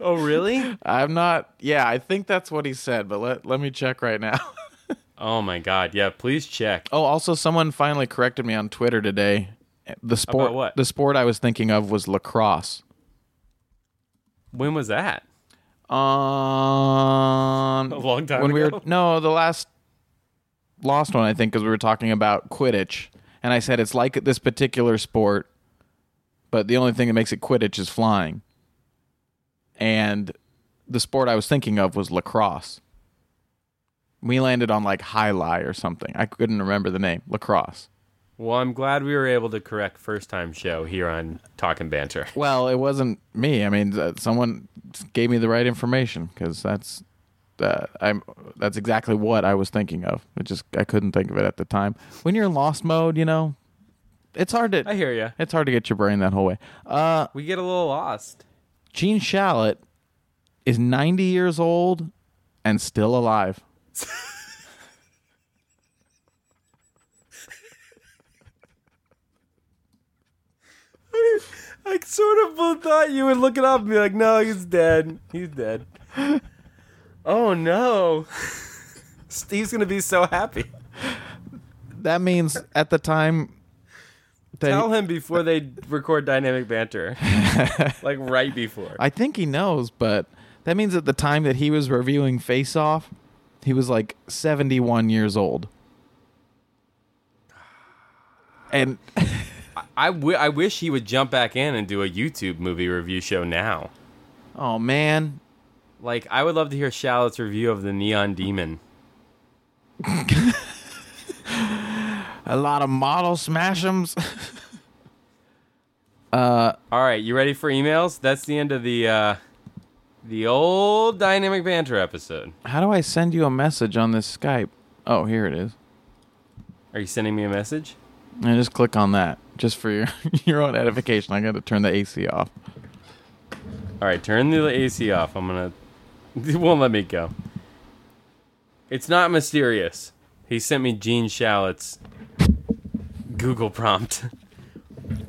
Speaker 2: Oh really?
Speaker 3: I'm not. Yeah, I think that's what he said. But let let me check right now.
Speaker 2: oh my god, yeah. Please check.
Speaker 3: oh, also, someone finally corrected me on Twitter today. The sport,
Speaker 2: About what?
Speaker 3: the sport I was thinking of was lacrosse.
Speaker 2: When was that?
Speaker 3: Um,
Speaker 2: A long time
Speaker 3: when we
Speaker 2: ago?
Speaker 3: were no the last lost one I think because we were talking about Quidditch and I said it's like this particular sport, but the only thing that makes it Quidditch is flying. And the sport I was thinking of was lacrosse. We landed on like high lie or something. I couldn't remember the name lacrosse.
Speaker 2: Well, I'm glad we were able to correct first time show here on Talking Banter.
Speaker 3: Well, it wasn't me. I mean, uh, someone gave me the right information because that's uh, I'm that's exactly what I was thinking of. I just I couldn't think of it at the time. When you're in lost mode, you know, it's hard to
Speaker 2: I hear you.
Speaker 3: it's hard to get your brain that whole way. Uh,
Speaker 2: We get a little lost.
Speaker 3: Gene Shalit is 90 years old and still alive.
Speaker 2: I sort of thought you would look it up and be like, "No, he's dead. He's dead." oh no, Steve's gonna be so happy.
Speaker 3: That means at the time that
Speaker 2: Tell him before they record dynamic banter, like right before.
Speaker 3: I think he knows, but that means at the time that he was reviewing Face Off, he was like 71 years old. And
Speaker 2: I, wi- I wish he would jump back in and do a YouTube movie review show now.
Speaker 3: oh man,
Speaker 2: Like, I would love to hear Shallot's review of the Neon Demon.
Speaker 3: a lot of model smashems.
Speaker 2: All right, you ready for emails? That's the end of the uh, the old dynamic banter episode.
Speaker 3: How do I send you a message on this Skype? Oh, here it is.
Speaker 2: Are you sending me a message?
Speaker 3: And just click on that just for your your own edification. I got to turn the AC off.
Speaker 2: All right, turn the AC off. I'm gonna. It won't let me go. It's not mysterious. He sent me Gene Shallot's Google prompt.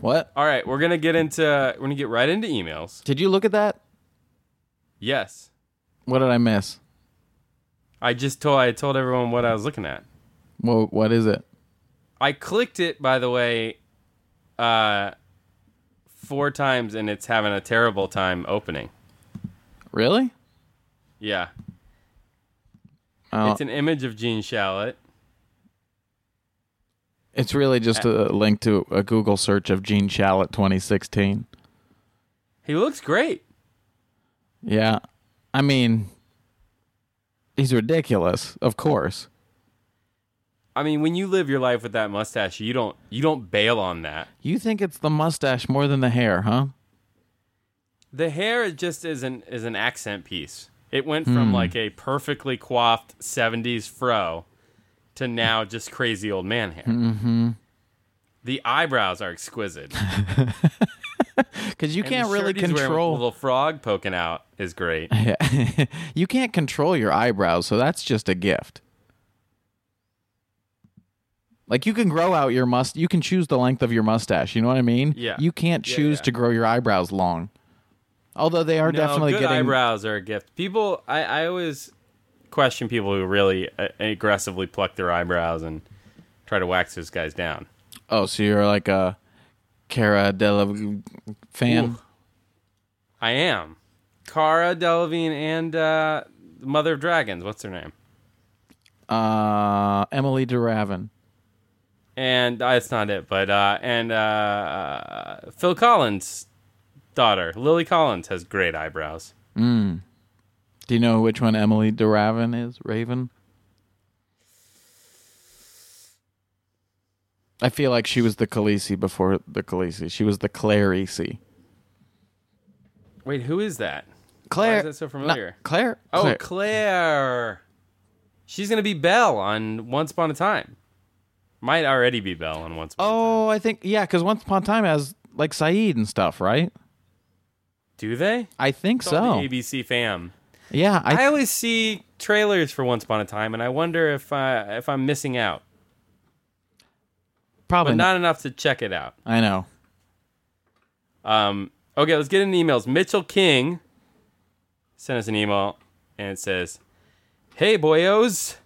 Speaker 3: What?
Speaker 2: All right, we're gonna get into. We're gonna get right into emails.
Speaker 3: Did you look at that?
Speaker 2: Yes,
Speaker 3: What did I miss?
Speaker 2: I just told. I told everyone what I was looking at.
Speaker 3: Whoa, what is it?
Speaker 2: I clicked it, by the way, uh, four times, and it's having a terrible time opening.
Speaker 3: Really?
Speaker 2: Yeah,
Speaker 3: Oh,
Speaker 2: it's
Speaker 3: it's,
Speaker 2: an image of Gene Shalit.
Speaker 3: really just
Speaker 2: Uh,
Speaker 3: a link to a Google search of Gene Shalit 2016.
Speaker 2: He looks great.
Speaker 3: Yeah. I mean, he's ridiculous, of course.
Speaker 2: I mean, when you live your life with that mustache, you don't you don't bail on that.
Speaker 3: You think it's the mustache more than the hair, huh?
Speaker 2: The hair is just is an is an accent piece. It went
Speaker 3: Hmm.
Speaker 2: from like a perfectly coiffed '70s fro to now just crazy old man hair. Mm-hmm. The eyebrows are exquisite.
Speaker 3: Because you
Speaker 2: And the
Speaker 3: can't really
Speaker 2: shirt he's wearing with
Speaker 3: control.
Speaker 2: the little frog poking out is great.
Speaker 3: Yeah. you can't control your eyebrows, so that's just a gift. Like you can grow out your must you can choose the length of your mustache, you know what I mean?
Speaker 2: Yeah.
Speaker 3: You can't
Speaker 2: Yeah,
Speaker 3: choose
Speaker 2: yeah.
Speaker 3: to grow your eyebrows long. Although they are
Speaker 2: No,
Speaker 3: definitely
Speaker 2: good
Speaker 3: getting
Speaker 2: eyebrows are a gift. People, I, I always question people who really uh, aggressively pluck their eyebrows and try to wax those guys down.
Speaker 3: Oh, so you're like a Cara Delevingne fan?
Speaker 2: Ooh. I am. Cara Delevingne and uh, the Mother of Dragons. What's her name?
Speaker 3: Uh Emily Duravin.
Speaker 2: And uh, it's not it, but uh, and uh, uh, Phil Collins' daughter, Lily Collins, has great eyebrows.
Speaker 3: Do you know which one Emily Duravin is? Raven? I feel like she was the Khaleesi before the Khaleesi. She was the Clarisi.
Speaker 2: Wait, who is that?
Speaker 3: Claire.
Speaker 2: that so familiar?
Speaker 3: Not, Claire?
Speaker 2: Oh,
Speaker 3: Claire.
Speaker 2: Claire. She's gonna be Belle on Once Upon a Time. Might already be Belle on Once Upon a Time.
Speaker 3: oh, I think, yeah, because Once Upon a Time has like Saeed and stuff, right?
Speaker 2: Do they?
Speaker 3: I think
Speaker 2: It's on
Speaker 3: so.
Speaker 2: the ABC fam.
Speaker 3: Yeah. I,
Speaker 2: I always see trailers for Once Upon a Time, and I wonder if I, if I'm missing out.
Speaker 3: probably
Speaker 2: but not enough to check it out.
Speaker 3: I know.
Speaker 2: Um, okay, let's get into emails. Mitchell King sent us an email and it says, Hey, boyos.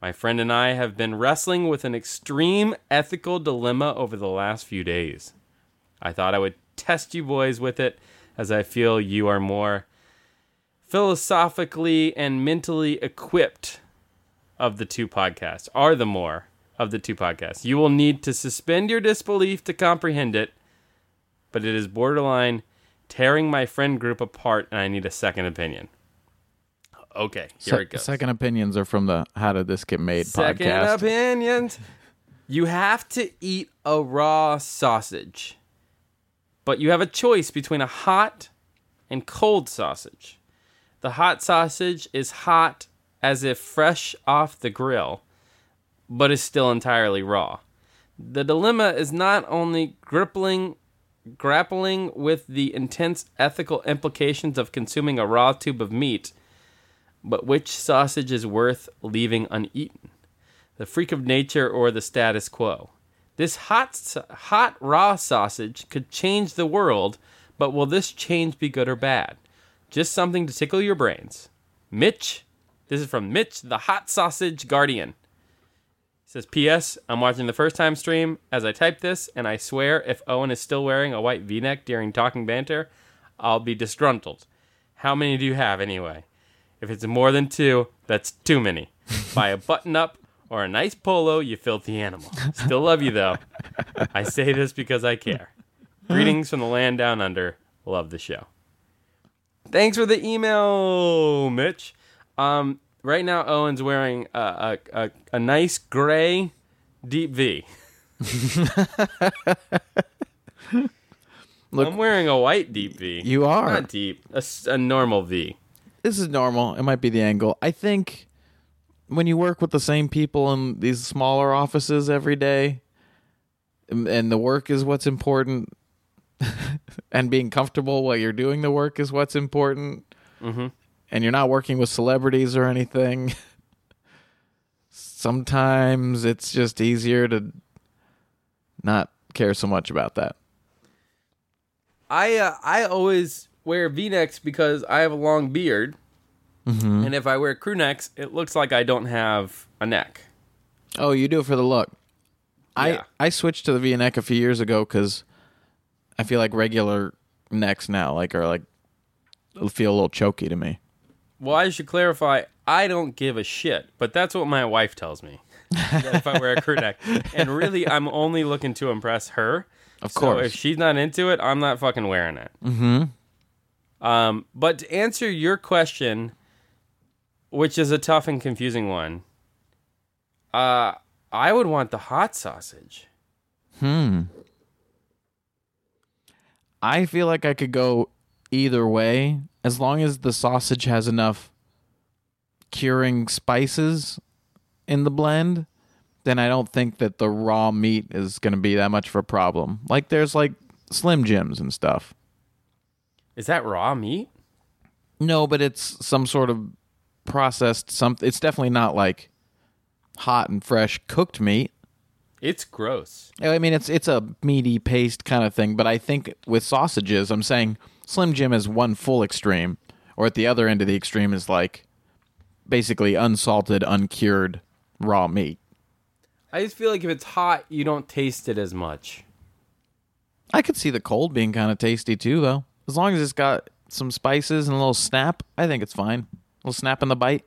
Speaker 2: My friend and I have been wrestling with an extreme ethical dilemma over the last few days. I thought I would test you boys with it as I feel you are more philosophically and mentally equipped of the two podcasts, are the more of the two podcasts. You will need to suspend your disbelief to comprehend it but it is borderline tearing my friend group apart, and I need a second opinion. Okay, here
Speaker 3: Se-
Speaker 2: it goes.
Speaker 3: Second opinions are from the How Did This Get Made
Speaker 2: Second
Speaker 3: podcast.
Speaker 2: opinions. You have to eat a raw sausage, but you have a choice between a hot and cold sausage. The hot sausage is hot as if fresh off the grill, but is still entirely raw. The dilemma is not only grippling, grappling with the intense ethical implications of consuming a raw tube of meat, but which sausage is worth leaving uneaten? The freak of nature or the status quo? This hot, s- hot raw sausage could change the world, but will this change be good or bad? Just something to tickle your brains. Mitch, this is from Mitch, the hot sausage guardian. It says, P.S. I'm watching the first time stream as I type this, and I swear if Owen is still wearing a white v neck during talking banter, I'll be disgruntled. How many do you have anyway? If it's more than two, that's too many. Buy a button up or a nice polo, you filthy animal. Still love you though. I say this because I care. Greetings from the land down under. Love the show. Thanks for the email, Mitch. Um, right now, Owen's wearing a, a, a, a nice gray deep V.
Speaker 3: Look-
Speaker 2: I'm wearing a white deep V.
Speaker 3: You are.
Speaker 2: Not deep, a, s- a normal V.
Speaker 3: this is normal. It might be the angle. I think when you work with the same people in these smaller offices every day, and, and the work is what's important, and being comfortable while you're doing the work is what's important, and you're not working with celebrities or anything. Sometimes it's just easier to not care so much about that.
Speaker 2: I uh, I always wear V-necks because I have a long beard,
Speaker 3: Mm-hmm.
Speaker 2: and if I wear crew necks, it looks like I don't have a neck.
Speaker 3: Oh, you do it for the look.
Speaker 2: Yeah.
Speaker 3: I I switched to the V neck a few years ago because I feel like regular necks now like are like feel a little choky to me.
Speaker 2: Well, I should clarify. I don't give a shit, but that's what my wife tells me. that if I wear a crew neck, and really, I'm only looking to impress her.
Speaker 3: Of
Speaker 2: So
Speaker 3: course.
Speaker 2: if she's not into it, I'm not fucking wearing it. Mm-hmm.
Speaker 3: Mm-hmm.
Speaker 2: Um, but to answer your question, which is a tough and confusing one, uh, I would want the hot sausage.
Speaker 3: Hmm. I feel like I could go either way as long as the sausage has enough curing spices in the blend. Then I don't think that the raw meat is going to be that much of a problem. Like there's like Slim Jims and stuff.
Speaker 2: Is that raw meat?
Speaker 3: No, but it's some sort of processed something. It's definitely not like hot and fresh cooked meat.
Speaker 2: It's gross.
Speaker 3: I mean, it's it's a meaty paste kind of thing. But I think with sausages, I'm saying Slim Jim is one full extreme, or at the other end of the extreme is like basically unsalted, uncured raw meat.
Speaker 2: I just feel like if it's hot, you don't taste it as much.
Speaker 3: I could see the cold being kind of tasty too, though. As long as it's got some spices and a little snap, I think it's fine. A little snap in the bite.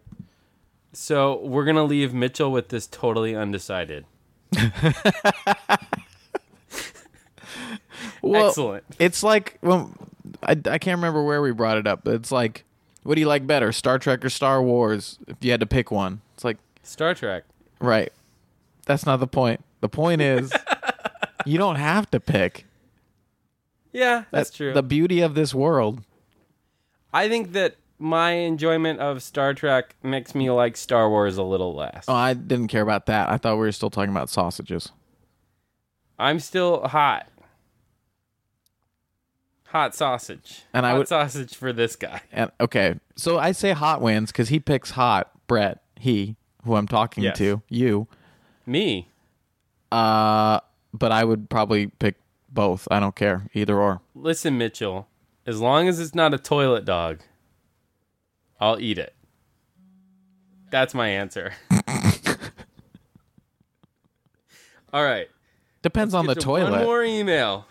Speaker 2: So we're gonna leave Mitchell with this totally undecided.
Speaker 3: Well,
Speaker 2: Excellent.
Speaker 3: It's like well, I, I can't remember where we brought it up. But it's like, what do you like better, Star Trek or Star Wars? If you had to pick one, it's like
Speaker 2: Star Trek.
Speaker 3: right. That's not the point. The point is, you don't have to pick.
Speaker 2: Yeah, that's true.
Speaker 3: The beauty of this world.
Speaker 2: I think that my enjoyment of Star Trek makes me like Star Wars a little less.
Speaker 3: Oh, I didn't care about that. I thought we were still talking about sausages.
Speaker 2: I'm still hot. Hot sausage.
Speaker 3: And I
Speaker 2: hot
Speaker 3: would-
Speaker 2: sausage for this guy.
Speaker 3: And okay, so I say hot wins because he picks hot. Brett, he who I'm talking
Speaker 2: Yes.
Speaker 3: to, you.
Speaker 2: Me.
Speaker 3: Uh, but I would probably pick both. I don't care either or.
Speaker 2: Listen, Mitchell. As long as it's not a toilet dog, I'll eat it. That's my answer. All right.
Speaker 3: Depends on the
Speaker 2: Get to One
Speaker 3: toilet.
Speaker 2: more email.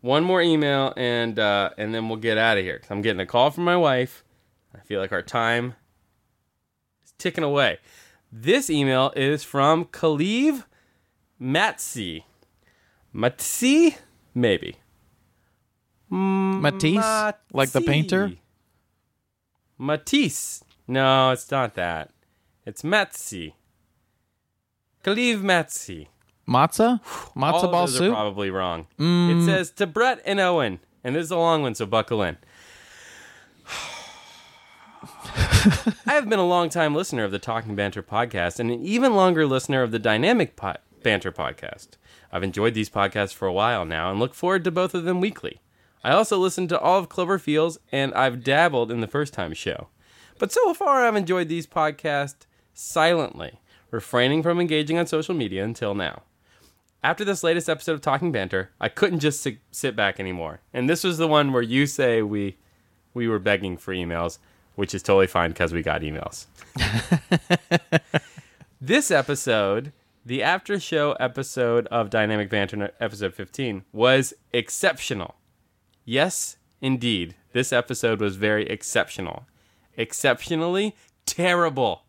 Speaker 2: One more email, and uh, and then we'll get out of here. Cause I'm getting a call from my wife. I feel like our time is ticking away. This email is from Khalif Matsi. Matsi, maybe.
Speaker 3: Matisse, like the painter.
Speaker 2: Matisse. No, it's not that. It's Matsi. Khalif Matsi.
Speaker 3: Matza,
Speaker 2: All
Speaker 3: matzo
Speaker 2: of
Speaker 3: ball
Speaker 2: those
Speaker 3: soup. Mm.
Speaker 2: are probably wrong. It says to Brett and Owen, and this is a long one, so buckle in. I have been a long time listener of the Talking Banter podcast and an even longer listener of the Dynamic Pod banter podcast. I've enjoyed these podcasts for a while now and look forward to both of them weekly. I also listened to all of Cloverfield's and I've dabbled in the first time show. But so far, I've enjoyed these podcasts silently, refraining from engaging on social media until now. After this latest episode of Talking Banter, I couldn't just si- sit back anymore. And this was the one where you say we we were begging for emails, which is totally fine because we got emails. this episode, the after show episode of Dynamic Banter, episode 15, was exceptional. Yes, indeed. This episode was very exceptional. Exceptionally terrible.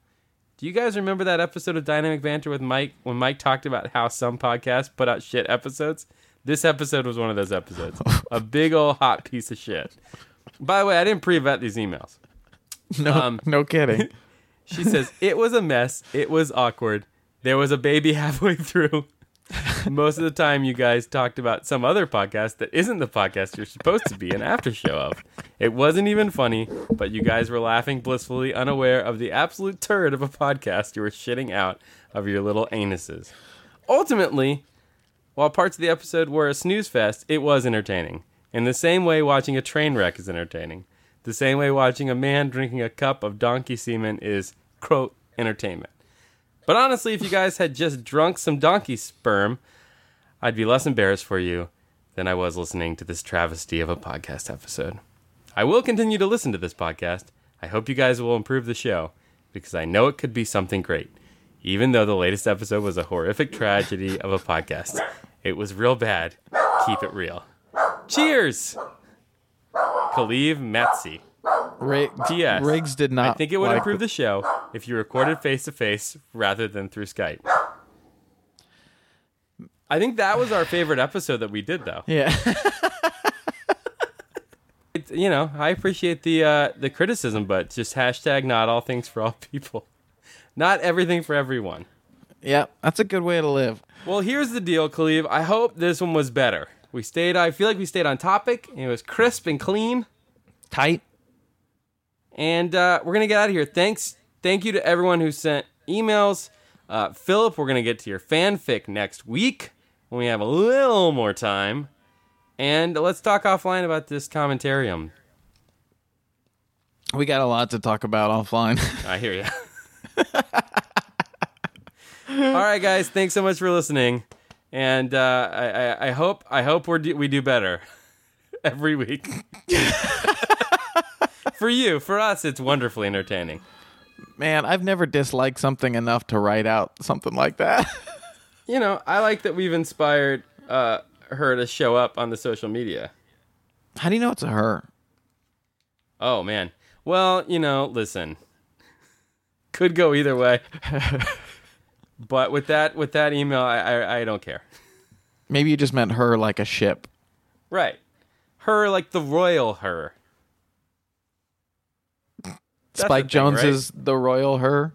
Speaker 2: Do you guys remember that episode of Dynamic Banter with Mike when Mike talked about how some podcasts put out shit episodes? This episode was one of those episodes. a big old hot piece of shit. By the way, I didn't pre vet these emails.
Speaker 3: No,
Speaker 2: Um,
Speaker 3: no kidding.
Speaker 2: She says, It was a mess. It was awkward. There was a baby halfway through. Most of the time, you guys talked about some other podcast that isn't the podcast you're supposed to be an after show of. It wasn't even funny, but you guys were laughing blissfully, unaware of the absolute turd of a podcast you were shitting out of your little anuses. Ultimately, while parts of the episode were a snooze fest, it was entertaining. In the same way, watching a train wreck is entertaining. The same way, watching a man drinking a cup of donkey semen is, quote, entertainment. But honestly, if you guys had just drunk some donkey sperm, I'd be less embarrassed for you than I was listening to this travesty of a podcast episode. I will continue to listen to this podcast. I hope you guys will improve the show because I know it could be something great. Even though the latest episode was a horrific tragedy of a podcast, it was real bad. Keep it real. Cheers! Khalif Metzi.
Speaker 3: Rig-
Speaker 2: Yes.
Speaker 3: Riggs did not.
Speaker 2: I think it would
Speaker 3: Ah, like
Speaker 2: improve the show if you recorded face to face rather than through Skype. I think that was our favorite episode that we did, though.
Speaker 3: Yeah.
Speaker 2: It's you know, I appreciate the uh, the criticism, but just hashtag not all things for all people, not everything for everyone.
Speaker 3: yeah. That's a good way to live.
Speaker 2: Well, here's the deal, Khalif. I hope this one was better. We stayed. I feel like we stayed on topic. And it was crisp and clean.
Speaker 3: Tight.
Speaker 2: And uh, we're going to get out of here. Thanks. Thank you to everyone who sent emails. Uh, Philip, we're going to get to your fanfic next week when we have a little more time. And let's talk offline about this commentarium.
Speaker 3: We got a lot to talk about offline.
Speaker 2: I hear you. All right, guys. Thanks so much for listening. And uh, I, I, I hope I hope we do, we do better every week. for you, for us, it's wonderfully entertaining.
Speaker 3: Man, I've never disliked something enough to write out something like that.
Speaker 2: you know, I like that we've inspired uh, her to show up on the social media.
Speaker 3: How do you know it's a her?
Speaker 2: Oh man. Well, you know, listen, could go either way. but with that, with that email, I, I, I don't care.
Speaker 3: Maybe you just meant her like a ship.
Speaker 2: Right. Her like the royal her. That's
Speaker 3: Spike
Speaker 2: the thing,
Speaker 3: Jones
Speaker 2: right?
Speaker 3: is the royal her.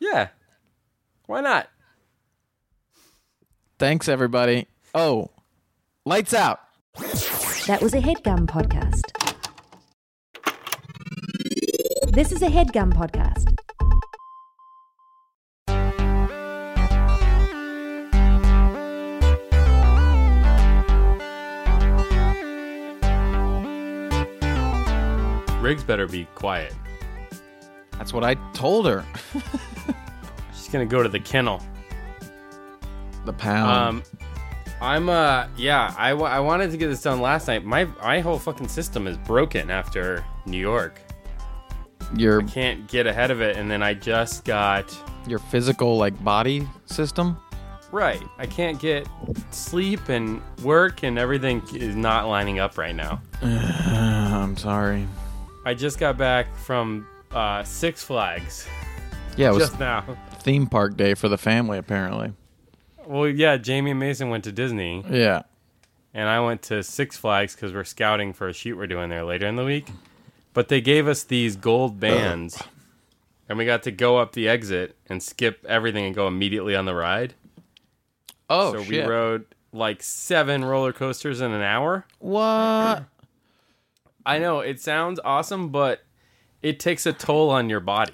Speaker 2: Yeah. Why not?
Speaker 3: Thanks, everybody. Oh, lights out.
Speaker 1: That was a headgum podcast. This is a headgum podcast.
Speaker 2: Riggs better be quiet.
Speaker 3: That's what I told her.
Speaker 2: She's gonna go to the kennel.
Speaker 3: The pound.
Speaker 2: Um, I'm uh, yeah. I, w- I wanted to get this done last night. My my whole fucking system is broken after New York. Um,
Speaker 3: your
Speaker 2: Can't get ahead of it, and then I just got
Speaker 3: your physical like body system.
Speaker 2: right. I can't get sleep and work and everything is not lining up right now.
Speaker 3: Uh-huh, I'm sorry.
Speaker 2: I just got back from uh, Six Flags
Speaker 3: Yeah, it was
Speaker 2: just now.
Speaker 3: theme park day for the family apparently.
Speaker 2: Well, yeah, Jamie and Mason went to Disney,
Speaker 3: Yeah.
Speaker 2: and I went to Six Flags because we're scouting for a shoot we're doing there later in the week. But they gave us these gold bands, and we got to go up the exit and skip everything and go immediately on the ride.
Speaker 3: Oh
Speaker 2: so
Speaker 3: shit.
Speaker 2: we rode like seven roller coasters in an hour.
Speaker 3: what?
Speaker 2: I know it sounds awesome, but it takes a toll on your body.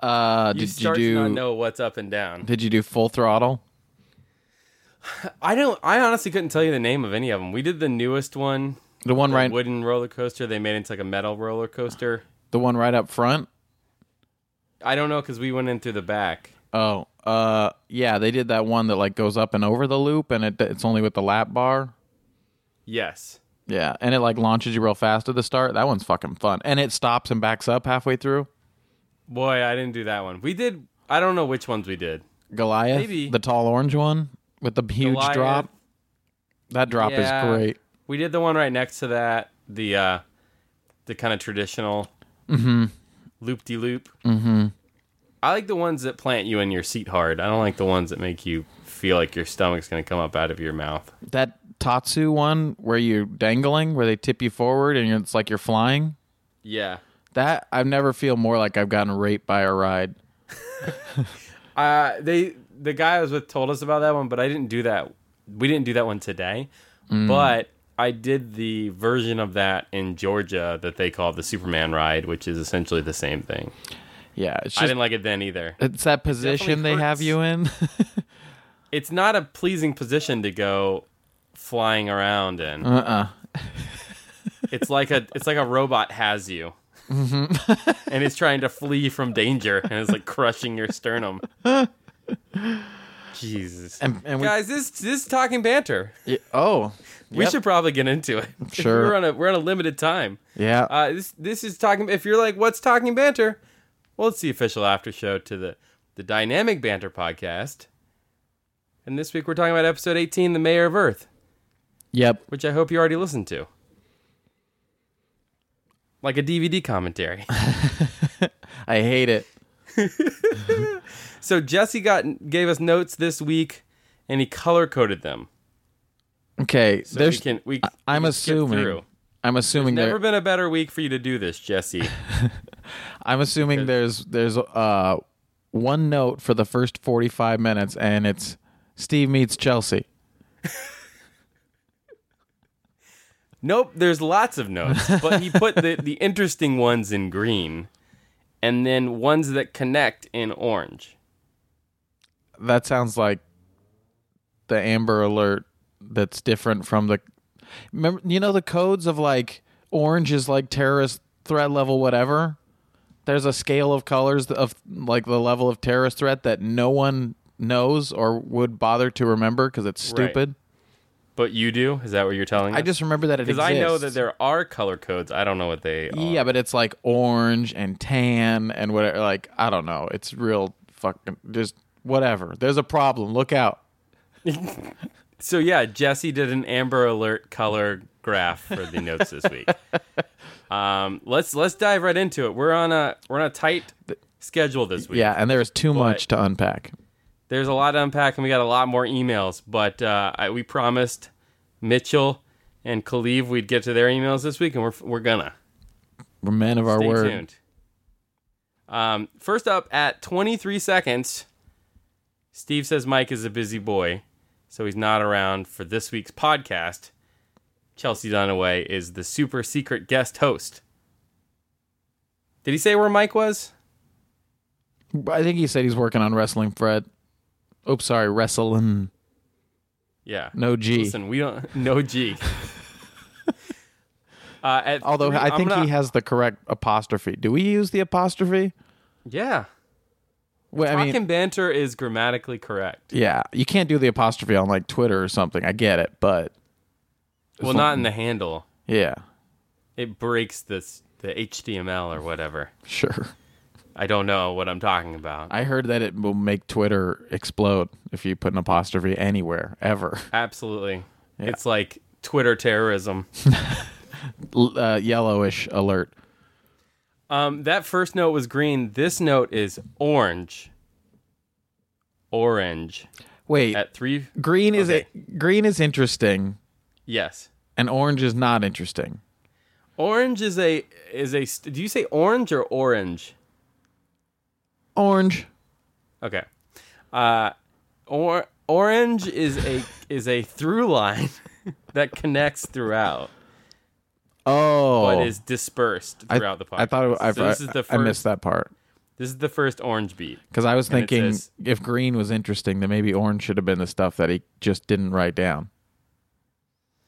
Speaker 3: Uh,
Speaker 2: You
Speaker 3: did you
Speaker 2: start to not
Speaker 3: do?
Speaker 2: know what's up and down.
Speaker 3: Did you do full throttle?
Speaker 2: I don't. I honestly couldn't tell you the name of any of them. We did the newest one,
Speaker 3: The one
Speaker 2: the
Speaker 3: right,
Speaker 2: wooden roller coaster. They made it into like a metal roller coaster.
Speaker 3: the one right up front.
Speaker 2: I don't know because we went in through the back.
Speaker 3: Oh, uh, yeah, they did that one that like goes up and over the loop, and it it's only with the lap bar.
Speaker 2: Yes.
Speaker 3: Yeah, and it like launches you real fast at the start. That one's fucking fun, and it stops and backs up halfway through.
Speaker 2: Boy, I didn't do that one. We did. I don't know which ones we did.
Speaker 3: Goliath,
Speaker 2: Maybe.
Speaker 3: the tall orange one with the huge
Speaker 2: Goliath.
Speaker 3: drop. That drop
Speaker 2: Yeah.
Speaker 3: is great.
Speaker 2: We did the one right next to that. The uh, the kind of traditional
Speaker 3: Mm-hmm.
Speaker 2: loop de loop. I like the ones that plant you in your seat hard. I don't like the ones that make you feel like your stomach's going to come up out of your mouth.
Speaker 3: That Tatsu one where you're dangling, where they tip you forward, and it's like you're flying.
Speaker 2: Yeah.
Speaker 3: That I've never feel more like I've gotten raped by a ride.
Speaker 2: Uh, they the guy I was with told us about that one, but I didn't do that. We didn't do that one today,
Speaker 3: Mm.
Speaker 2: but I did the version of that in Georgia that they call the Superman ride, which is essentially the same thing.
Speaker 3: Yeah, it's
Speaker 2: I
Speaker 3: just
Speaker 2: didn't like it then either.
Speaker 3: it's that position they have
Speaker 2: hurts.
Speaker 3: you in.
Speaker 2: It's not a pleasing position to go flying around in.
Speaker 3: uh uh
Speaker 2: It's like a it's like a robot has you.
Speaker 3: Mm-hmm.
Speaker 2: and it's trying to flee from danger and it's like crushing your sternum. Jesus.
Speaker 3: And, and we,
Speaker 2: Guys, this this is talking banter.
Speaker 3: y- oh,
Speaker 2: We
Speaker 3: Yep.
Speaker 2: should probably get into it.
Speaker 3: Sure.
Speaker 2: we're on a we're on a limited time.
Speaker 3: yeah.
Speaker 2: Uh, this this is talking. If you're like, what's talking banter? Well, it's the official after show to the the Dynamic Banter podcast. And this week we're talking about episode 18, the Mayor of Earth,
Speaker 3: yep.
Speaker 2: which I hope you already listened to, like a DVD commentary.
Speaker 3: I hate it.
Speaker 2: so Jesse got gave us notes this week, and he color coded them.
Speaker 3: Okay,
Speaker 2: So
Speaker 3: there's.
Speaker 2: we can we.
Speaker 3: I'm
Speaker 2: we can skip
Speaker 3: assuming.
Speaker 2: through.
Speaker 3: I'm assuming there.
Speaker 2: Never been a better week for you to do this, Jesse.
Speaker 3: I'm assuming there's there's uh one note for the first 45 minutes, and it's Steve meets Chelsea.
Speaker 2: Nope, there's lots of notes, but he put the, the interesting ones in green and then ones that connect in orange.
Speaker 3: That sounds like the Amber Alert. That's different from the. Remember, you know the codes of like orange is like terrorist threat level whatever. There's a scale of colors of like the level of terrorist threat that no one knows or would bother to remember because it's
Speaker 2: Right.
Speaker 3: stupid.
Speaker 2: But you do? Is that what you're telling us?
Speaker 3: I just remember that it
Speaker 2: because
Speaker 3: exists.
Speaker 2: I know that there are color codes. I don't know what they are.
Speaker 3: Yeah, but it's like orange and tan and whatever. Like I don't know. It's real fucking just whatever. There's a problem. Look out.
Speaker 2: So yeah, Jesse did an Amber Alert color graph for the notes this week. Um, let's let's dive right into it. We're on a we're on a tight schedule this week.
Speaker 3: Yeah, and there is too much to unpack.
Speaker 2: there's a lot to unpack and we got a lot more emails but uh, I, we promised mitchell and khalif we'd get to their emails this week and we're, we're gonna
Speaker 3: We're men of our
Speaker 2: stay
Speaker 3: word.
Speaker 2: tuned um, first up at 23 seconds steve says mike is a busy boy so he's not around for this week's podcast chelsea dunaway is the super secret guest host did he say where mike was
Speaker 3: I think he said he's working on wrestling, Fred. Oops, sorry, wrestling.
Speaker 2: yeah
Speaker 3: No G.
Speaker 2: Listen, we don't no G. uh, at
Speaker 3: Although
Speaker 2: three-
Speaker 3: I
Speaker 2: I'm
Speaker 3: think
Speaker 2: gonna-
Speaker 3: he has the correct apostrophe. Do we use the apostrophe?
Speaker 2: yeah.
Speaker 3: Well, I
Speaker 2: Talking
Speaker 3: mean,
Speaker 2: banter is grammatically correct.
Speaker 3: yeah, you can't do the apostrophe on like Twitter or something. I get it, but
Speaker 2: Well, not in the handle.
Speaker 3: yeah,
Speaker 2: It breaks this the HTML or whatever.
Speaker 3: sure.
Speaker 2: I don't know what I'm talking about.
Speaker 3: I heard that it will make Twitter explode if you put an apostrophe anywhere ever.
Speaker 2: Absolutely, it's like Twitter terrorism.
Speaker 3: L- uh, yellowish alert.
Speaker 2: Um, that first note was green. This note is orange. Orange
Speaker 3: Wait,
Speaker 2: at three.
Speaker 3: green is it? Green is interesting,
Speaker 2: Yes,
Speaker 3: and orange is not interesting.
Speaker 2: orange is a is a. st- Do you say orange or orange?
Speaker 3: Orange.
Speaker 2: Okay. Uh, or orange is a is a through line that connects throughout,
Speaker 3: Oh,
Speaker 2: but is dispersed
Speaker 3: I-
Speaker 2: throughout the podcast.
Speaker 3: Oh, I thought it, I,
Speaker 2: so this is the
Speaker 3: I- I
Speaker 2: first.
Speaker 3: missed that part.
Speaker 2: This is the first orange beat.
Speaker 3: Because I was
Speaker 2: And it
Speaker 3: thinking
Speaker 2: says-
Speaker 3: if green was interesting, then maybe orange should have been the stuff that he just didn't write down.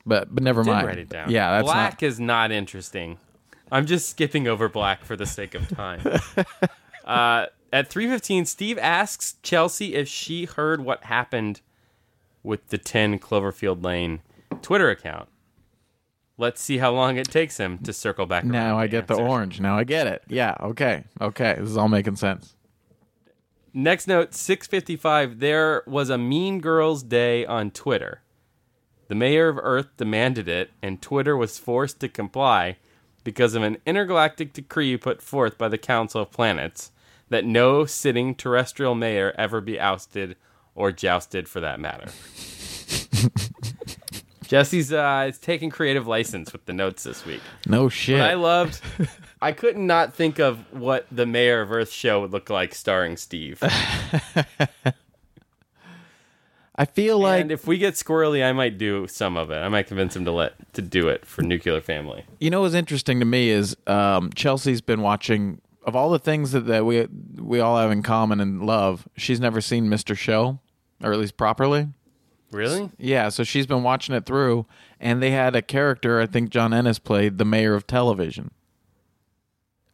Speaker 3: But but never
Speaker 2: Did
Speaker 3: mind.
Speaker 2: write it down.
Speaker 3: Yeah, that's
Speaker 2: black is not interesting. I'm just skipping over black for the sake of time. uh, at 3:15, Steve asks Chelsea if she heard what happened with the 10 Cloverfield Lane Twitter account. Let's see how long it takes him to circle back.
Speaker 3: not. Now
Speaker 2: around
Speaker 3: I
Speaker 2: to
Speaker 3: get the
Speaker 2: answer.
Speaker 3: orange. Now I get it. Yeah. Okay. Okay. This is all making sense.
Speaker 2: Next note, 6:55, there was a Mean Girls Day on Twitter. The mayor of Earth demanded it and Twitter was forced to comply because of an intergalactic decree put forth by the Council of Planets that no sitting terrestrial mayor ever be ousted or jousted for that matter. Jesse's uh, is taking creative license with the notes this week.
Speaker 3: No shit.
Speaker 2: I loved. I could not think of what the Mayor of Earth show would look like starring Steve.
Speaker 3: I feel like
Speaker 2: and if we get squirrely, I might do some of it. I might convince him to let to do it for Nuclear Family.
Speaker 3: You know what's interesting to me is um, Chelsea's been watching of all the things that, that we we all have in common and love. She's never seen Mr. Show, or at least properly.
Speaker 2: Really?
Speaker 3: Yeah, so she's been watching it through, and they had a character I think John Ennis played, the mayor of television.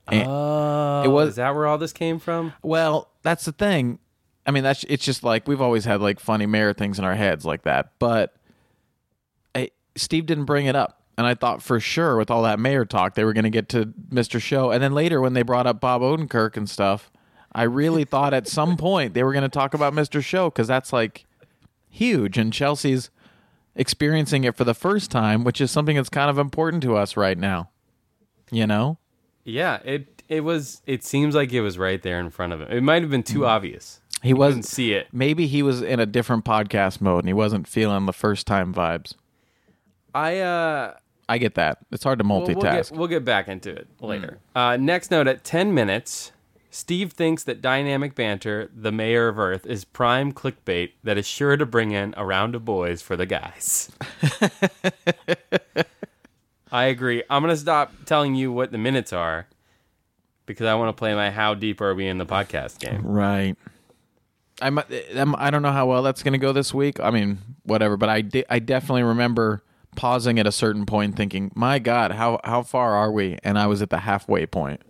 Speaker 3: And-
Speaker 2: Oh,
Speaker 3: It was-
Speaker 2: Is that where all this came from?
Speaker 3: Well, that's the thing. I mean, that's it's just like we've always had like funny mayor things in our heads like that, but I, Steve didn't bring it up. And I thought for sure with all that mayor talk, they were going to get to Mr. Show. And then later, when they brought up Bob Odenkirk and stuff, I really thought at some point they were going to talk about Mr. Show because that's like huge. And Chelsea's experiencing it for the first time, which is something that's kind of important to us right now. You know?
Speaker 2: Yeah. It it was. It seems like it was right there in front of him. It might have been too obvious.
Speaker 3: He
Speaker 2: Didn't
Speaker 3: wasn't
Speaker 2: see it.
Speaker 3: Maybe he was in a different podcast mode and he wasn't feeling the first time vibes.
Speaker 2: I uh.
Speaker 3: I get that. It's hard to
Speaker 2: Well,
Speaker 3: multitask.
Speaker 2: We'll get, we'll get back into it later. Uh, next note at 10 minutes, Steve thinks that Dynamic Banter, the mayor of Earth, is prime clickbait that is sure to bring in a round of boys for the guys. I agree. I'm going to stop telling you what the minutes are because I want to play my How Deep Are We in the Podcast game.
Speaker 3: right. I'm, I'm, I don't know how well that's going to go this week. I mean, whatever. But I, de- I definitely remember pausing at a certain point thinking, my God, how, how far are we? And I was at the halfway point.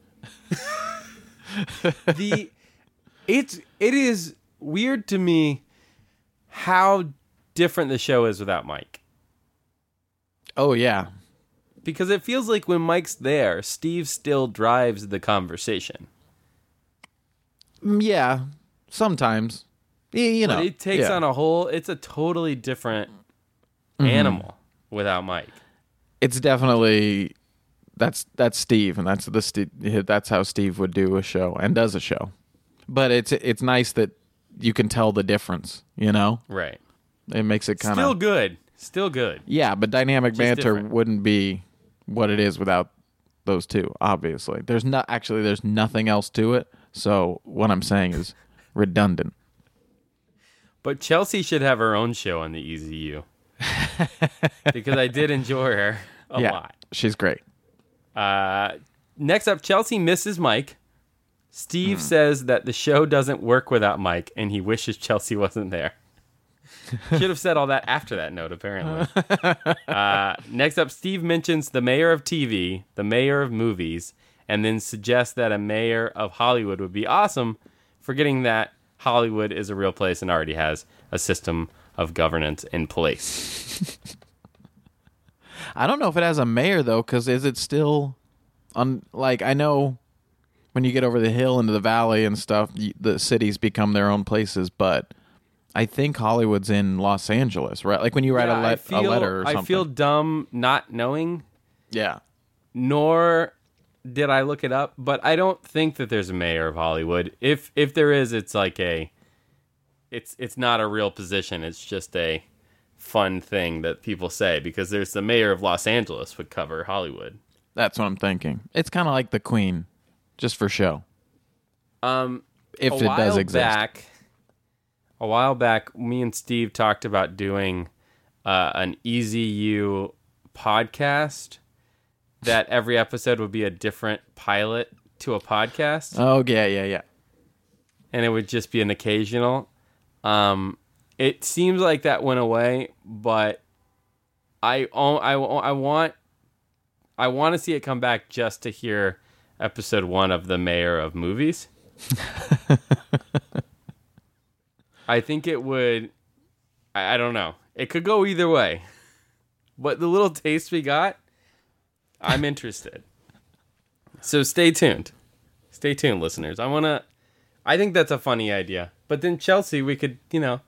Speaker 2: The it's it is weird to me how different the show is without Mike.
Speaker 3: Oh, yeah.
Speaker 2: because it feels like when Mike's there, Steve still drives the conversation.
Speaker 3: Mm, Yeah. Sometimes. Y- You know.
Speaker 2: But it takes
Speaker 3: yeah. Mm-hmm.
Speaker 2: on a whole. It's a totally different animal without Mike.
Speaker 3: it's definitely that's that's Steve, and that's the Ste that's how Steve would do a show and does a show. But it's it's nice that you can tell the difference. You know,
Speaker 2: Right.
Speaker 3: it makes it kind
Speaker 2: Still
Speaker 3: of
Speaker 2: good. Still good.
Speaker 3: yeah. But dynamic banter
Speaker 2: different.
Speaker 3: wouldn't be what it is without those two. Obviously, there's not actually there's nothing else to it. So what I'm saying is redundant.
Speaker 2: But Chelsea should have her own show on the EZU because I did enjoy her a
Speaker 3: yeah,
Speaker 2: lot.
Speaker 3: she's great.
Speaker 2: Uh, next up, Chelsea misses Mike.
Speaker 3: Hmm.
Speaker 2: Steve says that the show doesn't work without Mike, and he wishes Chelsea wasn't there. Should have said all that after that note, apparently. Uh, next up, Steve mentions the mayor of TV, the mayor of movies, and then suggests that a mayor of Hollywood would be awesome, forgetting that Hollywood is a real place and already has a system of governance in place.
Speaker 3: I don't know if it has a mayor though, because is it still on? Like I know when you get over the hill into the valley and stuff, y the cities become their own places. But I think Hollywood's in Los Angeles, right? Like when you write
Speaker 2: Yeah,
Speaker 3: a,
Speaker 2: I
Speaker 3: let- a
Speaker 2: feel-
Speaker 3: letter or something.
Speaker 2: I feel dumb not knowing
Speaker 3: yeah,
Speaker 2: nor did I look it up, but I don't think that there's a mayor of Hollywood. If if there is, it's like a it's it's not a real position. It's just a fun thing that people say because there's the mayor of Los Angeles would cover Hollywood.
Speaker 3: that's what I'm thinking. It's kind of like the Queen, just for show,
Speaker 2: Um
Speaker 3: if
Speaker 2: a
Speaker 3: it
Speaker 2: while
Speaker 3: does exist.
Speaker 2: Back, a while back, me and Steve talked about doing uh, an EZU podcast that every episode would be a different pilot to a podcast.
Speaker 3: Oh yeah, yeah, yeah.
Speaker 2: and it would just be an occasional. Um, it seems like that went away, but I oh, I I want I want to see it come back just to hear episode one of the mayor of movies. I think it would. I, I don't know. It could go either way, but the little taste we got, I'm interested. so stay tuned. Stay tuned, listeners. I wanna. I think that's a funny idea. But then Chelsea, we could, you know,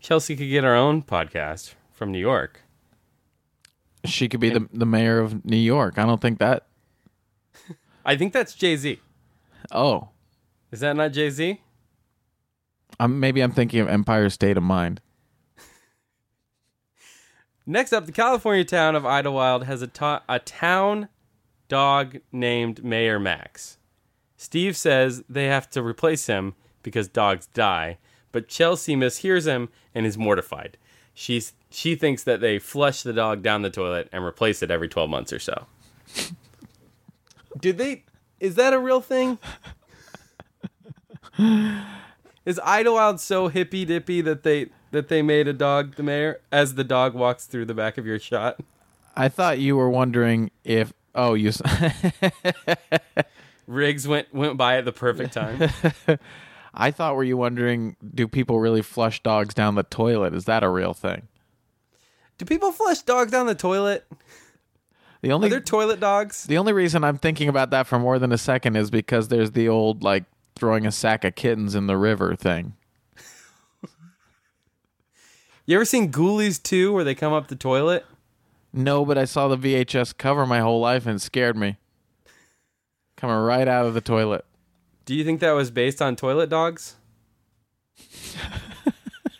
Speaker 2: Chelsea could get our own podcast from New York.
Speaker 3: She could be the, the mayor of New York. I don't think that.
Speaker 2: I think that's Jay Z.
Speaker 3: Oh,
Speaker 2: Is that not Jay Z?
Speaker 3: I'm, maybe I'm thinking of Empire State of Mind.
Speaker 2: Next up, the California town of Idlewild has a, to- a town dog named Mayor Max. Steve says they have to replace him because dogs die, but Chelsea mishears him and is mortified. She's, she thinks that they flush the dog down the toilet and replace it every 12 months or so. Did they? Is that a real thing? Is Idlewild so hippy dippy that they that they made a dog the mayor as the dog walks through the back of your shot?
Speaker 3: I thought you were wondering if. Oh, you. s-
Speaker 2: Riggs went went by at the perfect time.
Speaker 3: I thought were you wondering? Do people really flush dogs down the toilet? Is that a real thing?
Speaker 2: Do people flush dogs down the toilet?
Speaker 3: The
Speaker 2: Are
Speaker 3: only
Speaker 2: there toilet dogs?
Speaker 3: the only reason I'm thinking about that for more than a second is because there's the old like throwing a sack of kittens in the river thing.
Speaker 2: You ever seen Ghoulies 2 where they come up the toilet?
Speaker 3: No, but I saw the VHS cover my whole life and it scared me. Coming right out of the toilet.
Speaker 2: Do you think that was based on toilet dogs?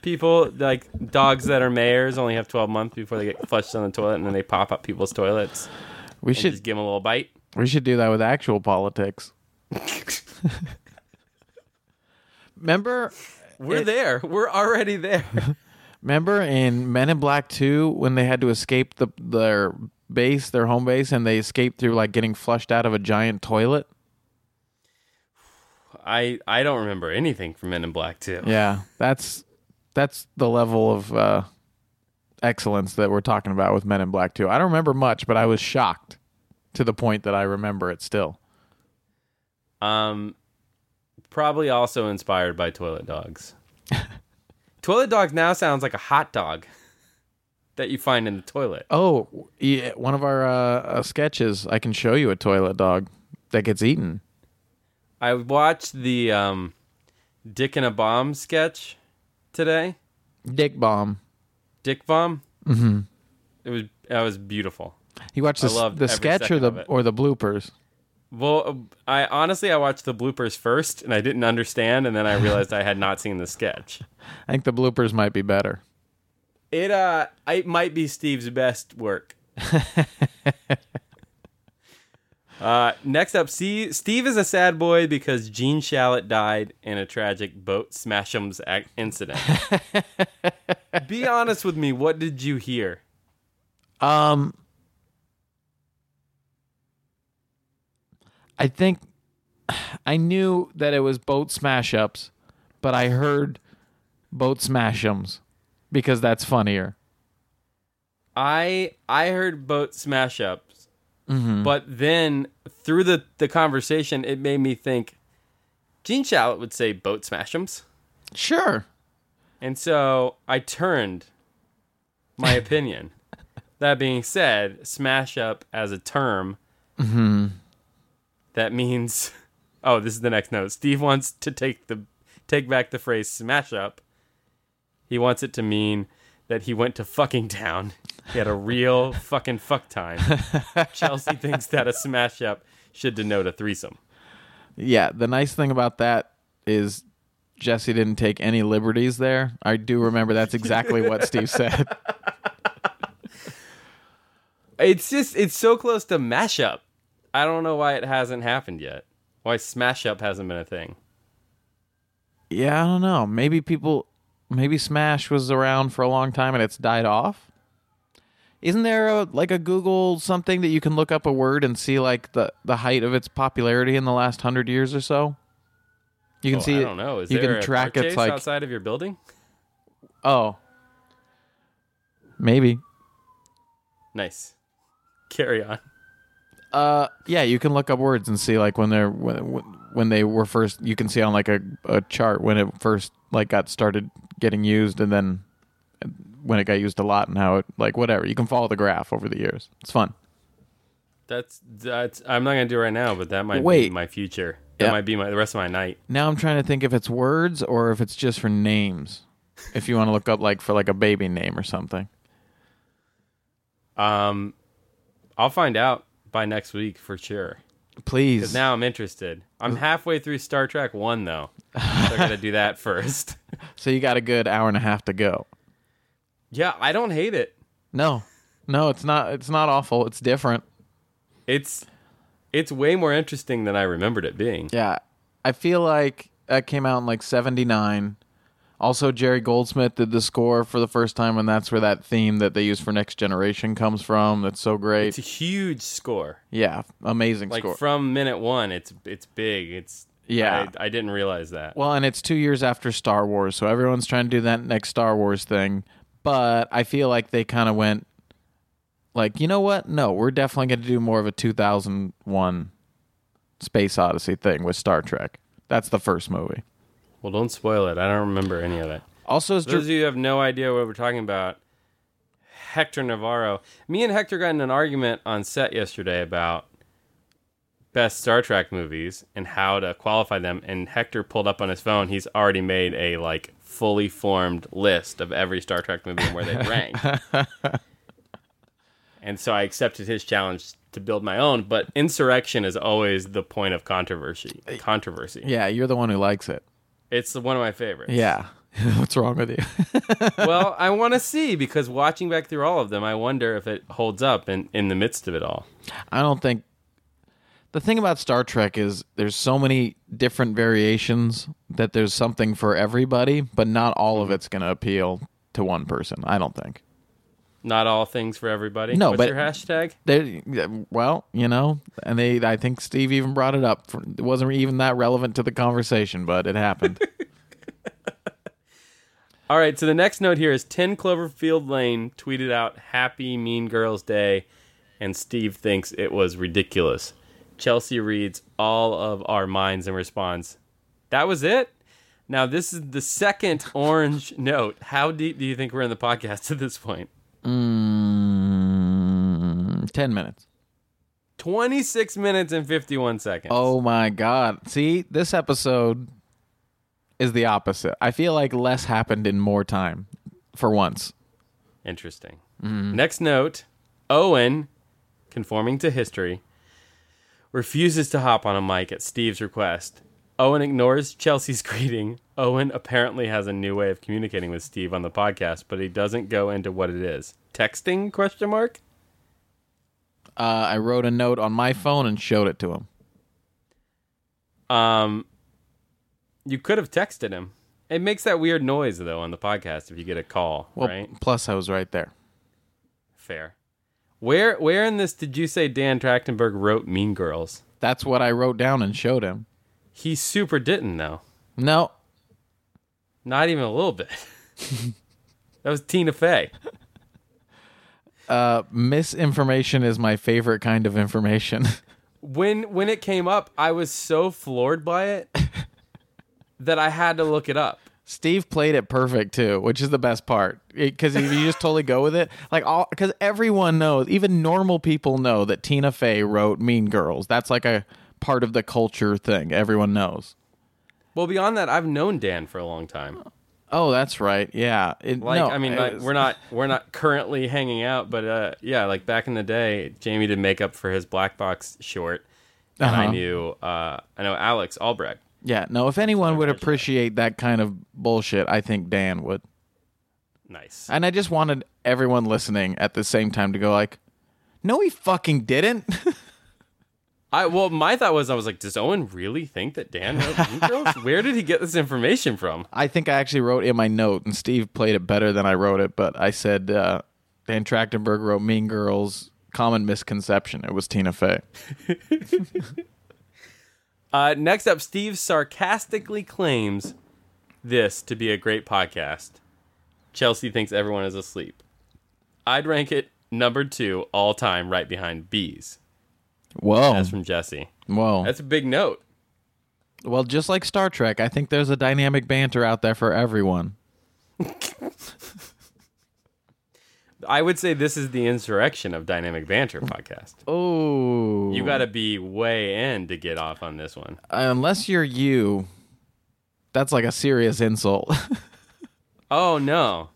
Speaker 2: People like dogs that are mayors only have 12 months before they get flushed down the toilet and then they pop up people's toilets.
Speaker 3: We
Speaker 2: You
Speaker 3: should
Speaker 2: just give them a little bite.
Speaker 3: we should do that with actual politics. remember
Speaker 2: We're there. We're already there.
Speaker 3: remember in Men in Black 2 when they had to escape the their base, their home base and they escaped through like getting flushed out of a giant toilet?
Speaker 2: I I don't remember anything from Men in Black 2.
Speaker 3: Yeah, that's that's the level of uh, excellence that we're talking about with Men in Black Two. I don't remember much, but I was shocked to the point that I remember it still.
Speaker 2: Um, probably also inspired by toilet dogs. toilet dogs now sounds like a hot dog that you find in the toilet.
Speaker 3: Oh, yeah, one of our uh, uh, sketches. I can show you a toilet dog that gets eaten.
Speaker 2: I watched the um, Dick and a Bomb sketch today.
Speaker 3: Dick bomb.
Speaker 2: Dick Bomb. Mm-hmm. It was that was beautiful.
Speaker 3: You watch the,
Speaker 2: I loved
Speaker 3: the
Speaker 2: every
Speaker 3: sketch or
Speaker 2: second of
Speaker 3: the
Speaker 2: it.
Speaker 3: or the bloopers.
Speaker 2: Well, uh, I honestly I watched the bloopers first and I didn't understand, and then I realized I had not seen the sketch.
Speaker 3: I think the bloopers might be better.
Speaker 2: It uh, it might be Steve's best work. uh, next up, see, Steve is a sad boy because Gene Shalit died in a tragic boat smashums ac- incident. be honest with me. What did you hear?
Speaker 3: Um, I think I knew that it was boat smash ups, but I heard boat smash ums because that's funnier.
Speaker 2: I I heard boat smash ups, but then through the the conversation, it made me think. Gene Shalit would say boat smashums.
Speaker 3: Sure.
Speaker 2: And so I turned my opinion. that being said, smash up as a term, that means. Oh, this is the next note. Steve wants to take the take back the phrase smash up. He wants it to mean that he went to fucking town. He had a real fucking fuck time. Chelsea thinks that a smash up should denote a threesome.
Speaker 3: Yeah. The nice thing about that is Jesse didn't take any liberties there. I do remember that's exactly what Steve said.
Speaker 2: It's just it's so close to mashup. I don't know why it hasn't happened yet. Why smash up hasn't been a thing.
Speaker 3: Yeah, I don't know. Maybe people, maybe Smash was around for a long time and it's died off. Isn't there a, like a Google something that you can look up a word and see like the the height of its popularity in the last hundred years or so? You can
Speaker 2: Oh,
Speaker 3: see
Speaker 2: I
Speaker 3: it-
Speaker 2: don't know. Is
Speaker 3: you
Speaker 2: there
Speaker 3: can
Speaker 2: a
Speaker 3: track
Speaker 2: car
Speaker 3: its
Speaker 2: chase
Speaker 3: like
Speaker 2: outside of your building?
Speaker 3: oh, maybe.
Speaker 2: Nice. Carry on.
Speaker 3: Uh, yeah, you can look up words and see like when they're when when they were first. You can see on like a, a chart when it first like got started getting used, and then when it got used a lot, and how it like whatever. You can follow the graph over the years. It's fun.
Speaker 2: That's that's. I'm not gonna do it right now, but that might be
Speaker 3: Wait.
Speaker 2: my future. That
Speaker 3: Yeah.
Speaker 2: might be my the rest of my night.
Speaker 3: Now I'm trying to think if it's words or if it's just for names. If you want to look up like for like a baby name or something.
Speaker 2: Um, I'll find out by next week for sure.
Speaker 3: Please.
Speaker 2: Now I'm interested. I'm halfway through Star Trek One though, so I gotta do that first.
Speaker 3: so you got a good hour and a half to go.
Speaker 2: Yeah, I don't hate it.
Speaker 3: No. No, it's not it's not awful. It's different.
Speaker 2: It's it's way more interesting than I remembered it being.
Speaker 3: Yeah. I feel like that came out in like 79. Also Jerry Goldsmith did the score for the first time and that's where that theme that they use for Next Generation comes from. That's so
Speaker 2: It's
Speaker 3: great.
Speaker 2: a huge score.
Speaker 3: Yeah, amazing
Speaker 2: Like
Speaker 3: score.
Speaker 2: from minute one, it's it's big. It's
Speaker 3: Yeah.
Speaker 2: I, I didn't realize that.
Speaker 3: Well, and it's two years after Star Wars, so everyone's trying to do that next Star Wars thing. But I feel like they kind of went, like, you know what? No, we're definitely going to do more of a 2001 Space Odyssey thing with Star Trek. That's the first movie.
Speaker 2: Well, don't spoil it. I don't remember any of it.
Speaker 3: Also, it's
Speaker 2: Those of you who have no idea what we're talking about, Hector Navarro. Me and Hector got in an argument on set yesterday about best Star Trek movies and how to qualify them. And Hector pulled up on his phone. He's already made a like fully formed list of every Star Trek movie and where they rank. and so I accepted his challenge to build my own. But Insurrection is always the point of controversy. Controversy.
Speaker 3: yeah, you're the one who likes it.
Speaker 2: It's the- one of my favorites.
Speaker 3: Yeah. What's wrong with you?
Speaker 2: well, I want to see because watching back through all of them, I wonder if it holds up in, in the midst of it all.
Speaker 3: I don't think the thing about Star Trek is there's so many different variations that there's something for everybody, but not all of it's going to appeal to one person. I don't think.
Speaker 2: Not all things for everybody.
Speaker 3: No,
Speaker 2: What's
Speaker 3: but-
Speaker 2: your hashtag?
Speaker 3: They, well, you know, and they. I think Steve even brought it up. For, it wasn't even that relevant to the conversation, but it happened.
Speaker 2: All right, so the next note here is 10 Cloverfield Lane tweeted out Happy Mean Girls Day, and Steve thinks it was ridiculous. Chelsea reads all of our minds and responds, That was it? Now, this is the second orange note. How deep do you think we're in the podcast at this point?
Speaker 3: mm, Ten minutes.
Speaker 2: 26 minutes and 51 seconds.
Speaker 3: Oh my god! See, this episode is the opposite. I feel like less happened in more time, for once.
Speaker 2: Interesting. Next note Owen, conforming to history, refuses to hop on a mic at Steve's request. Owen ignores Chelsea's greeting. Owen apparently has a new way of communicating with Steve on the podcast, but he doesn't go into what it is. Texting question mark?
Speaker 3: Uh, I wrote a note on my phone and showed it to him.
Speaker 2: Um you could have texted him. It makes that weird noise though on the podcast if you get a call,
Speaker 3: Well,
Speaker 2: right?
Speaker 3: plus I was right there.
Speaker 2: Fair. Where where in this did you say Dan Trachtenberg wrote Mean Girls?
Speaker 3: That's what I wrote down and showed him.
Speaker 2: He super didn't though.
Speaker 3: No,
Speaker 2: Not even a little bit. that was Tina Fey.
Speaker 3: uh, misinformation is my favorite kind of information.
Speaker 2: When when it came up, I was so floored by it that I had to look it up.
Speaker 3: Steve played it perfect too, which is the best part because you just totally go with it. Like all because everyone knows, even normal people know that Tina Fey wrote Mean Girls. That's like a part of the culture thing. Everyone knows.
Speaker 2: Well, beyond that, I've known Dan for a long time.
Speaker 3: Oh, that's right. Yeah. It-
Speaker 2: Like,
Speaker 3: no,
Speaker 2: I mean,
Speaker 3: it
Speaker 2: like,
Speaker 3: was-
Speaker 2: we're not we're not currently hanging out, but uh, yeah, like back in the day, Jamie did makeup for his Black Box short, and I
Speaker 3: Uh-huh.
Speaker 2: knew uh, I know Alex Albrecht.
Speaker 3: Yeah. No, if anyone would appreciate that kind of bullshit, I think Dan would.
Speaker 2: Nice.
Speaker 3: And I just wanted everyone listening at the same time to go like, "No, he fucking didn't."
Speaker 2: I well, my thought was I was like, does Owen really think that Dan wrote Mean Girls? Where did he get this information from?
Speaker 3: I think I actually wrote in my note, and Steve played it better than I wrote it. But I said uh, Dan Trachtenberg wrote Mean Girls. Common misconception. It was Tina Fey.
Speaker 2: Uh, next up, Steve sarcastically claims this to be a great podcast. Chelsea thinks everyone is asleep. I'd rank it number two all time, right behind Bees.
Speaker 3: Whoa.
Speaker 2: That's from Jesse.
Speaker 3: Whoa.
Speaker 2: That's a big note.
Speaker 3: well, just like Star Trek, I think there's a dynamic banter out there for everyone.
Speaker 2: I would say this is the insurrection of Dynamic Banter podcast.
Speaker 3: Oh.
Speaker 2: You got to be way in to get off on this one.
Speaker 3: Unless you're you, that's like a serious insult.
Speaker 2: Oh no.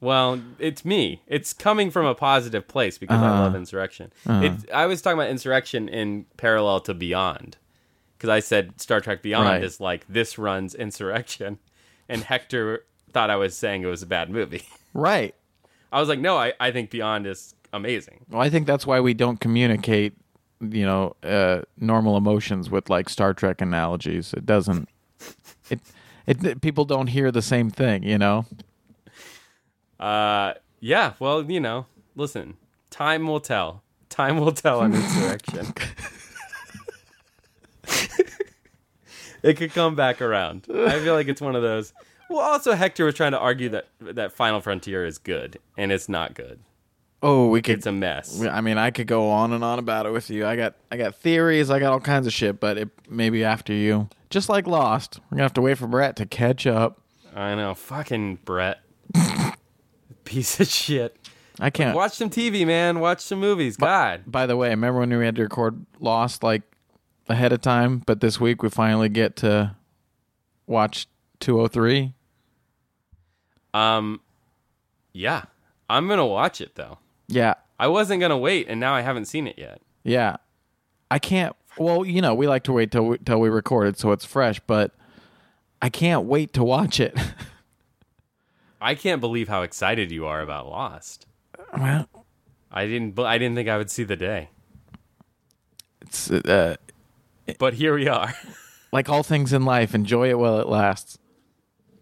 Speaker 2: Well, it's me. It's coming from a positive place because I love Insurrection. It's, I was talking about Insurrection in parallel to Beyond, because I said Star Trek Beyond
Speaker 3: Right.
Speaker 2: is like this runs Insurrection, and Hector thought I was saying it was a bad movie.
Speaker 3: right.
Speaker 2: I was like, no, I, I think Beyond is amazing.
Speaker 3: Well, I think that's why we don't communicate, you know, uh, normal emotions with like Star Trek analogies. It doesn't. It, it people don't hear the same thing, you know.
Speaker 2: Uh, yeah. Well, you know, listen, time will tell. Time will tell on Insurrection. it could come back around. I feel like it's one of those. Well, also Hector was trying to argue that that Final Frontier is good, and it's not good.
Speaker 3: Oh, we could.
Speaker 2: It's a mess.
Speaker 3: I mean, I could go on and on about it with you. I got, I got theories. I got all kinds of shit. But it maybe after you, just like Lost, we're gonna have to wait for Brett to catch up.
Speaker 2: I know. Fucking Brett, piece of shit.
Speaker 3: I can't.
Speaker 2: Watch some TV, man. Watch some movies. God.
Speaker 3: By the way, remember when we had to record Lost like ahead of time? But this week we finally get to watch 203.
Speaker 2: Um. Yeah, I'm gonna watch it though.
Speaker 3: Yeah,
Speaker 2: I wasn't gonna wait, and now I haven't seen it yet.
Speaker 3: Yeah, I can't. Well, you know, we like to wait till we, till we record it so it's fresh, but I can't wait to watch it.
Speaker 2: I can't believe how excited you are about Lost.
Speaker 3: well,
Speaker 2: I didn't. I didn't think I would see the day,
Speaker 3: it's uh,
Speaker 2: but here we are.
Speaker 3: like all things in life, enjoy it while it lasts.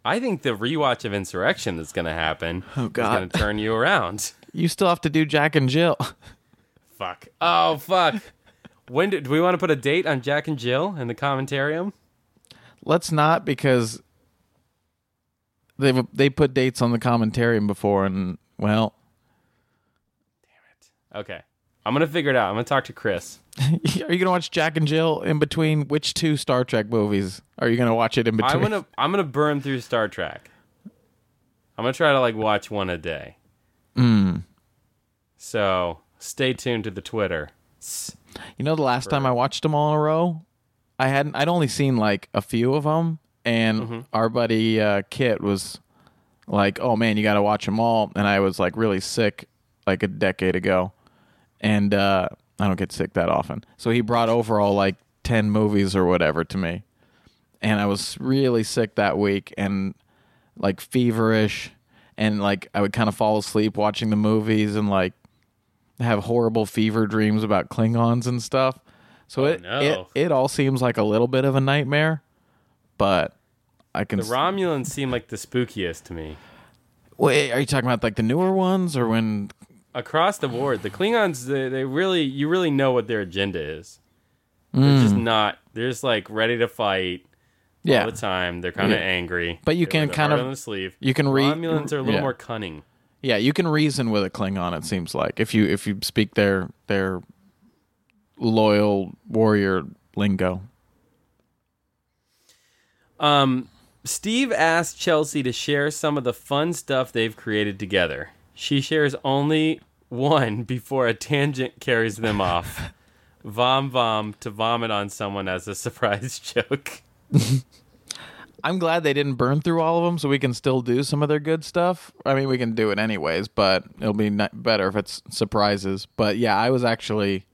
Speaker 2: I think the rewatch of Insurrection that's going to happen
Speaker 3: Oh, God.
Speaker 2: is going to turn you around.
Speaker 3: You still have to do Jack and Jill.
Speaker 2: fuck. Oh fuck. When do, do we want to put a date on Jack and Jill in the commentarium?
Speaker 3: Let's not because they they put dates on the commentary before, and well,
Speaker 2: Okay, I'm gonna figure it out. I'm gonna talk to Chris.
Speaker 3: are you gonna watch Jack and Jill in between which two Star Trek movies? Are you gonna watch it in between?
Speaker 2: I'm gonna I'm gonna burn through Star Trek. I'm gonna try to like watch one a day.
Speaker 3: Hmm.
Speaker 2: So stay tuned to the Twitter.
Speaker 3: You know, the last time I watched them all in a row, I hadn't. I'd only seen like a few of them, and our buddy uh, Kit was like, "Oh man, you got to watch them all." And I was like really sick, like a decade ago, and uh, I don't get sick that often. So he brought over all like ten movies or whatever to me, and I was really sick that week and like feverish, and like I would kind of fall asleep watching the movies and like have horrible fever dreams about Klingons and stuff. So it,
Speaker 2: Oh, no.
Speaker 3: it it all seems like a little bit of a nightmare, but I can.
Speaker 2: The Romulans seem like the spookiest to me.
Speaker 3: Wait, are you talking about like the newer ones or when?
Speaker 2: Across the board, the Klingons they, they really you really know what their agenda is. They're just not they're just like ready to fight
Speaker 3: Hmm. Yeah,
Speaker 2: all the time. They're kind of
Speaker 3: Yeah.
Speaker 2: angry.
Speaker 3: But you
Speaker 2: They
Speaker 3: can
Speaker 2: wear their
Speaker 3: kind
Speaker 2: heart
Speaker 3: of-
Speaker 2: on the sleeve.
Speaker 3: you can re-
Speaker 2: Romulans are a little
Speaker 3: yeah.
Speaker 2: more cunning.
Speaker 3: yeah. You can reason with a Klingon. It seems like if you if you speak their their loyal warrior lingo.
Speaker 2: Um, Steve asked Chelsea to share some of the fun stuff they've created together. She shares only one before a tangent carries them off. Vom vom to vomit on someone as a surprise joke.
Speaker 3: I'm glad they didn't burn through all of them, so we can still do some of their good stuff. I mean, we can do it anyways, but it'll be ni- better if it's surprises. But yeah, I was actually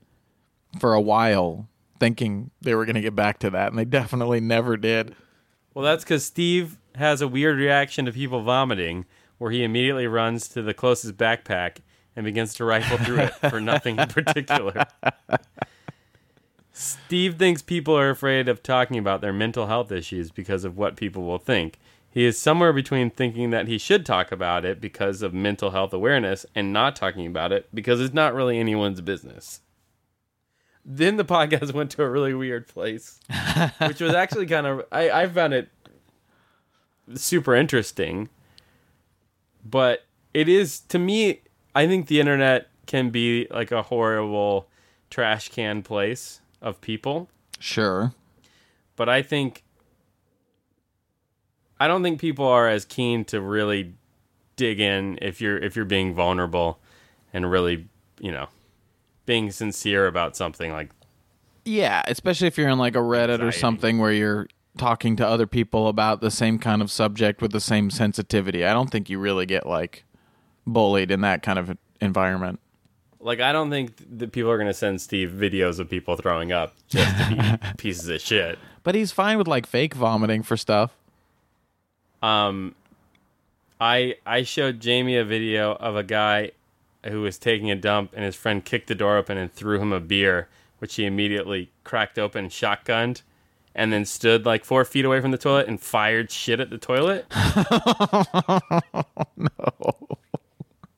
Speaker 3: for a while thinking they were going to get back to that, and they definitely never did.
Speaker 2: Well, that's because Steve has a weird reaction to people vomiting, where he immediately runs to the closest backpack and begins to rifle through it for nothing in particular. Steve thinks people are afraid of talking about their mental health issues because of what people will think. He is somewhere between thinking that he should talk about it because of mental health awareness and not talking about it because it's not really anyone's business. then the podcast went to a really weird place, which was actually kind of I, I found it super interesting. But it is to me, I think the internet can be like a horrible trash can place of people.
Speaker 3: Sure.
Speaker 2: But I think I don't think people are as keen to really dig in if you're if you're being vulnerable and really, you know, being sincere about something like
Speaker 3: Yeah, especially if you're in like a Reddit or
Speaker 2: Anxiety.
Speaker 3: something where you're talking to other people about the same kind of subject with the same sensitivity. I don't think you really get like bullied in that kind of environment.
Speaker 2: Like I don't think th- that people are gonna send Steve videos of people throwing up just to be pieces of shit.
Speaker 3: But he's fine with like fake vomiting for stuff.
Speaker 2: Um, I I showed Jamie a video of a guy who was taking a dump and his friend kicked the door open and threw him a beer, which he immediately cracked open, and shotgunned, and then stood like four feet away from the toilet and fired shit at the toilet. no.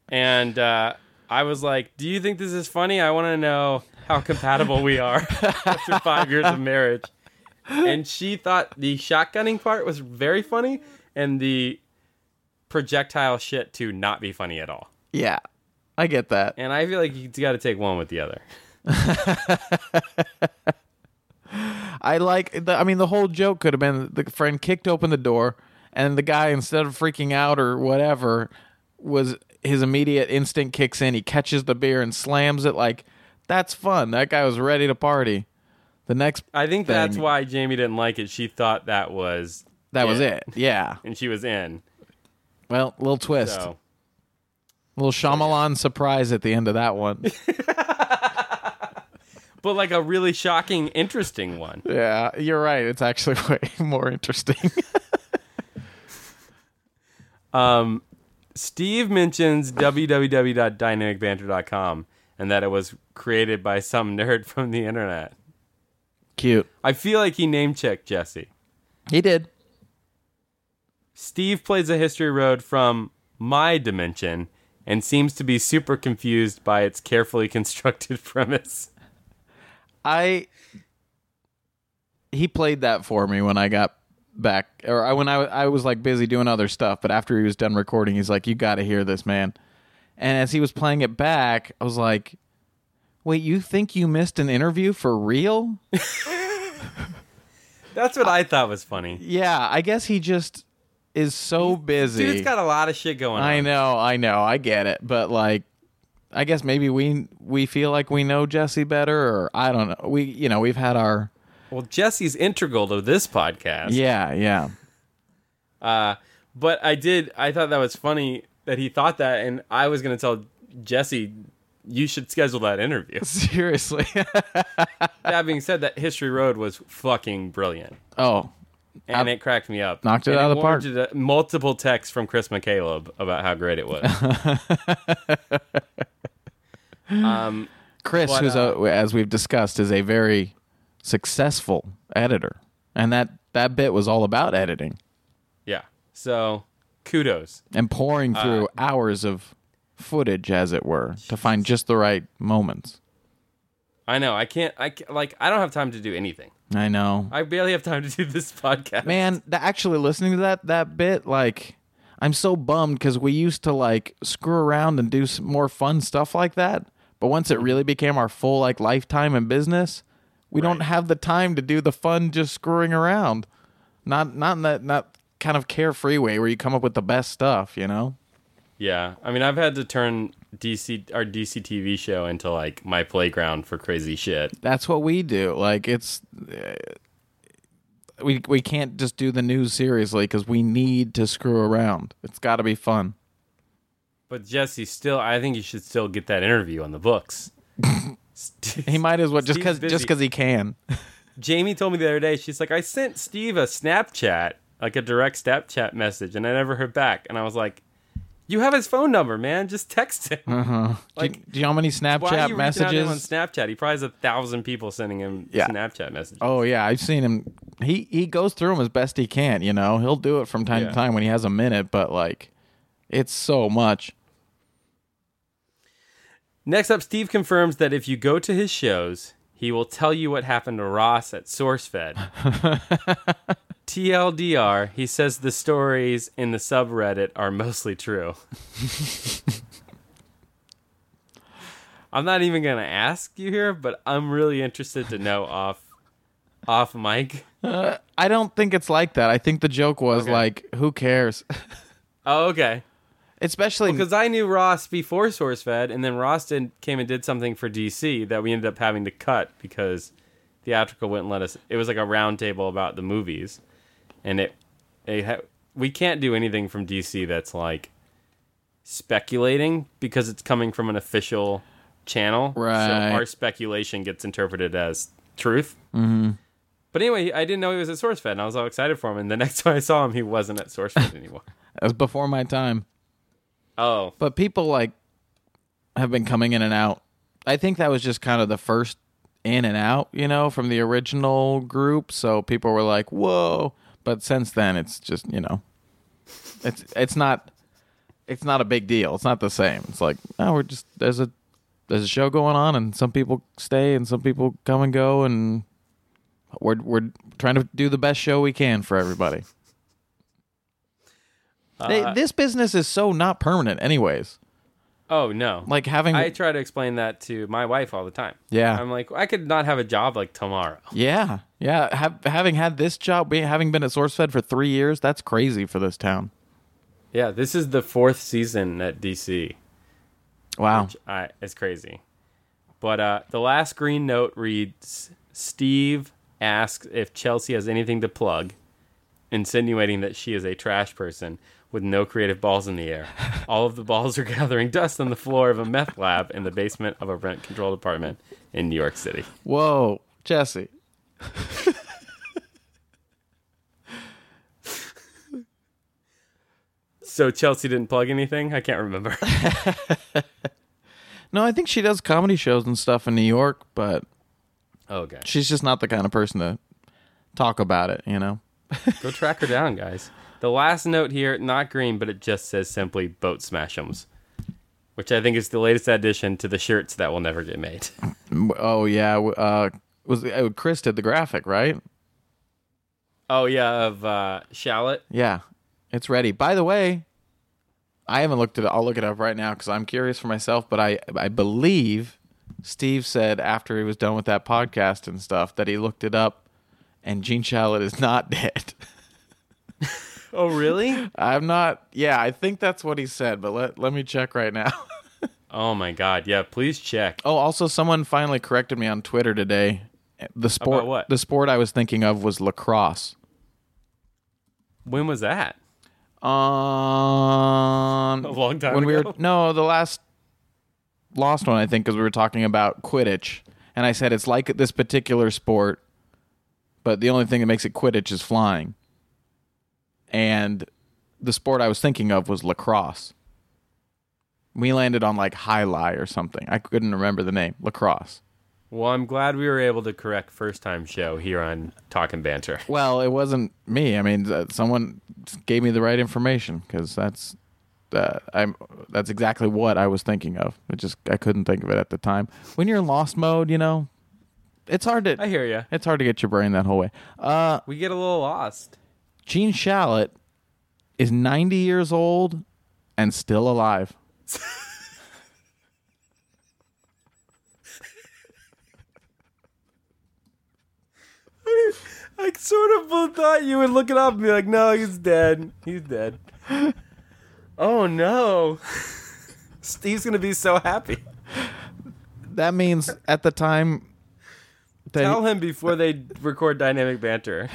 Speaker 2: And uh, I was like, "Do you think this is funny? I want to know how compatible we are after five years of marriage." and she thought the shotgunning part was very funny and the projectile shit to not be funny at all.
Speaker 3: Yeah. I get that.
Speaker 2: And I feel like you got to take one with the other.
Speaker 3: I like. The, I mean, the whole joke could have been the friend kicked open the door, and the guy instead of freaking out or whatever, was his immediate instinct kicks in. He catches the beer and slams it. Like that's fun. That guy was ready to party. The next
Speaker 2: I think that's
Speaker 3: Thing.
Speaker 2: why Jamie didn't like it. She thought that was
Speaker 3: that was
Speaker 2: Yeah.
Speaker 3: it. Yeah.
Speaker 2: and she was in.
Speaker 3: Well, little twist,
Speaker 2: So
Speaker 3: little Shyamalan surprise at the end of that one.
Speaker 2: but like a really shocking interesting one.
Speaker 3: yeah, you're right. It's actually way more interesting.
Speaker 2: Um Steve mentions www.dynamicbanter.com and that it was created by some nerd from the internet.
Speaker 3: Cute.
Speaker 2: I feel like he name checked Jesse.
Speaker 3: He did.
Speaker 2: Steve plays a history road from my dimension and seems to be super confused by its carefully constructed premise.
Speaker 3: I he played that for me when I got back or I when I I was like busy doing other stuff, but after he was done recording, he's like you got to hear this, man. And as he was playing it back, I was like, "Wait, you think you missed an interview for real?"
Speaker 2: That's what I thought was funny.
Speaker 3: yeah, I guess he just is so busy.
Speaker 2: Dude's got a lot of shit going on.
Speaker 3: I know, I know, I get it, but like, I guess maybe we we feel like we know Jesse better, or I don't know. We you know we've had our
Speaker 2: Well, Jesse's integral to this podcast.
Speaker 3: yeah yeah
Speaker 2: Uh, but I did. I thought that was funny that he thought that, and I was gonna tell Jesse, you should schedule that interview.
Speaker 3: seriously.
Speaker 2: that being said, that History Road was fucking brilliant,
Speaker 3: Oh,
Speaker 2: and it cracked me up.
Speaker 3: Knocked it
Speaker 2: And
Speaker 3: out of the park.
Speaker 2: warranted, uh, Multiple texts from Chris McCaleb about how great it was. um,
Speaker 3: Chris,
Speaker 2: But,
Speaker 3: who's a, as we've discussed, is a very successful editor, and that that bit was all about editing
Speaker 2: yeah. So, kudos.
Speaker 3: and pouring through hours of footage, as it were, to find just the right moments.
Speaker 2: I know. I can't. I ca- like. I don't have time to do anything.
Speaker 3: I know,
Speaker 2: I barely have time to do this podcast.
Speaker 3: man. The, actually, listening to that that bit, like, I'm so bummed because we used to like screw around and do some more fun stuff like that, but once it really became our full like lifetime in business, we don't have the time to do the fun just screwing around. Not not in that not kind of carefree way where you come up with the best stuff, you know?
Speaker 2: Yeah. I mean, I've had to turn DC our DC TV show into like my playground for crazy shit.
Speaker 3: That's what we do. Like it's uh, we we can't just do the news seriously because we need to screw around. It's got to be fun.
Speaker 2: But Jesse, still, I think you should still get that interview on the books.
Speaker 3: He might as well just
Speaker 2: Steve's
Speaker 3: because just
Speaker 2: busy.
Speaker 3: because he can.
Speaker 2: Jamie told me the other day, she's like, I sent Steve a Snapchat, like a direct Snapchat message, and I never heard back. And I was like, You have his phone number, man. Just text him. Like,
Speaker 3: do, you, do you know how many
Speaker 2: Why are
Speaker 3: Snapchat
Speaker 2: you reaching out to him on
Speaker 3: Uh-huh. messages?
Speaker 2: Snapchat? He probably has a thousand people sending him
Speaker 3: Yeah.
Speaker 2: Snapchat messages.
Speaker 3: Oh yeah, I've seen him. He he goes through them as best he can. You know, he'll do it from time
Speaker 2: Yeah.
Speaker 3: to time when he has a minute. But like, it's so much.
Speaker 2: Next up, Steve confirms that if you go to his shows, He will tell you what happened to Ross at SourceFed. TLDR, he says the stories in the subreddit are mostly true. I'm not even gonna ask you here, but I'm really interested to know off off mic.
Speaker 3: I don't think it's like that. I think the joke was
Speaker 2: Okay.
Speaker 3: like, who cares?
Speaker 2: Oh, okay.
Speaker 3: Especially
Speaker 2: Because I knew Ross before SourceFed, and then Ross did, came and did something for DC that we ended up having to cut because theatrical wouldn't let us. It was like a roundtable about the movies, and it, it ha- we can't do anything from DC that's like speculating because it's coming from an official channel. So
Speaker 3: Right.
Speaker 2: our speculation gets interpreted as truth.
Speaker 3: Mm-hmm.
Speaker 2: But anyway, I didn't know he was at SourceFed, and I was all excited for him. And the next time I saw him, he wasn't at SourceFed anymore.
Speaker 3: as before my time.
Speaker 2: Oh,
Speaker 3: But people like have been coming in and out. I think that was just kind of the first in and out, you know, from the original group. So people were like, "Whoa!" But since then, it's just you know, it's it's not it's not a big deal. It's not the same. It's like oh, we're just there's a there's a show going on, and some people stay, and some people come and go, and we're we're trying to do the best show we can for everybody. They- this business is so not permanent, anyways.
Speaker 2: oh no!
Speaker 3: Like having
Speaker 2: I try to explain that to my wife all the time.
Speaker 3: Yeah.
Speaker 2: I'm like, I could not have a job like tomorrow.
Speaker 3: Yeah, yeah. Have, having had this job, be, having been at SourceFed for three years, that's crazy for this town.
Speaker 2: Yeah, this is the fourth season at DC.
Speaker 3: Wow.
Speaker 2: I, it's crazy. But uh, the last green note reads Steve asks if Chelsea has anything to plug, insinuating that she is a trash person with no creative balls in the air. All of the balls are gathering dust on the floor of a meth lab in the basement of a rent control apartment in New York City.
Speaker 3: Whoa, Jesse.
Speaker 2: So Chelsea didn't plug anything? I can't remember.
Speaker 3: No, I think she does comedy shows and stuff in New York, but
Speaker 2: oh, okay.
Speaker 3: she's just not the kind of person to talk about it. You know.
Speaker 2: Go track her down, guys. The last note here, not green, but it just says simply boat smashums, which I think is the latest addition to the shirts that will never get made.
Speaker 3: M- Oh yeah. w- Uh, was uh, Chris did the graphic right?
Speaker 2: Oh yeah, of uh, shallot.
Speaker 3: Yeah, it's ready. By the way, I haven't looked at it. I'll look it up right now because I'm curious for myself. But I, I believe Steve said after he was done with that podcast and stuff that he looked it up, and Gene Shalit is not dead.
Speaker 2: Oh really?
Speaker 3: I'm not. Yeah, I think that's what he said. But let let me check right now.
Speaker 2: oh my god, yeah. Please check.
Speaker 3: oh, also, someone finally corrected me on Twitter today. The sport.
Speaker 2: About what?
Speaker 3: The sport I was thinking of was lacrosse.
Speaker 2: When was that?
Speaker 3: Um,
Speaker 2: A long time
Speaker 3: when we
Speaker 2: ago?
Speaker 3: were no the last lost one I think because we were talking about Quidditch and I said it's like this particular sport, but the only thing that makes it Quidditch is flying. And the sport I was thinking of was lacrosse. We landed on like high lie or something. I couldn't remember the name lacrosse.
Speaker 2: Well, I'm glad we were able to correct first time show here on Talking Banter.
Speaker 3: Well, it wasn't me. I mean, uh, someone gave me the right information because that's uh, I'm that's exactly what I was thinking of. I just I couldn't think of it at the time. When you're in lost mode, you know, it's hard to
Speaker 2: I hear ya.
Speaker 3: it's hard to get your brain that whole way. Uh,
Speaker 2: We get a little lost.
Speaker 3: Gene Shalit is 90 years old and still alive.
Speaker 2: I sort of thought you would look it up and be like, no, he's dead. He's dead. oh no. Steve's gonna be so happy.
Speaker 3: That means at the time that
Speaker 2: Tell him before they record dynamic banter.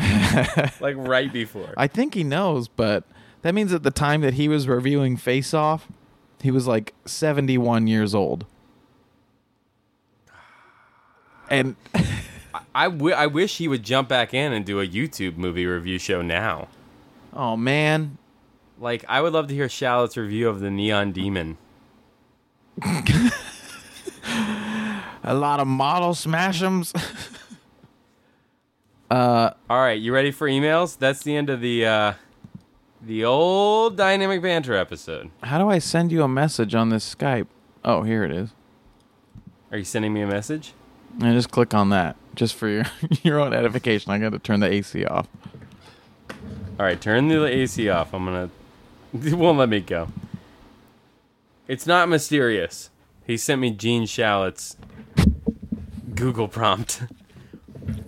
Speaker 2: like right before.
Speaker 3: I think he knows, but that means at the time that he was reviewing Face Off, he was like 71 years old. And
Speaker 2: I, wi- I wish he would jump back in and do a YouTube movie review show now.
Speaker 3: oh man,
Speaker 2: Like I would love to hear Shallot's review of the Neon Demon.
Speaker 3: a lot of model smashems.
Speaker 2: All right, you ready for emails? That's the end of the uh, the old dynamic banter episode.
Speaker 3: How do I send you a message on this Skype? Oh, here it is.
Speaker 2: Are you sending me a message?
Speaker 3: And just click on that just for your, your own edification. I got to turn the AC off.
Speaker 2: All right, turn the AC off. I'm gonna. It won't let me go. It's not mysterious. He sent me Gene Shalit's Google prompt.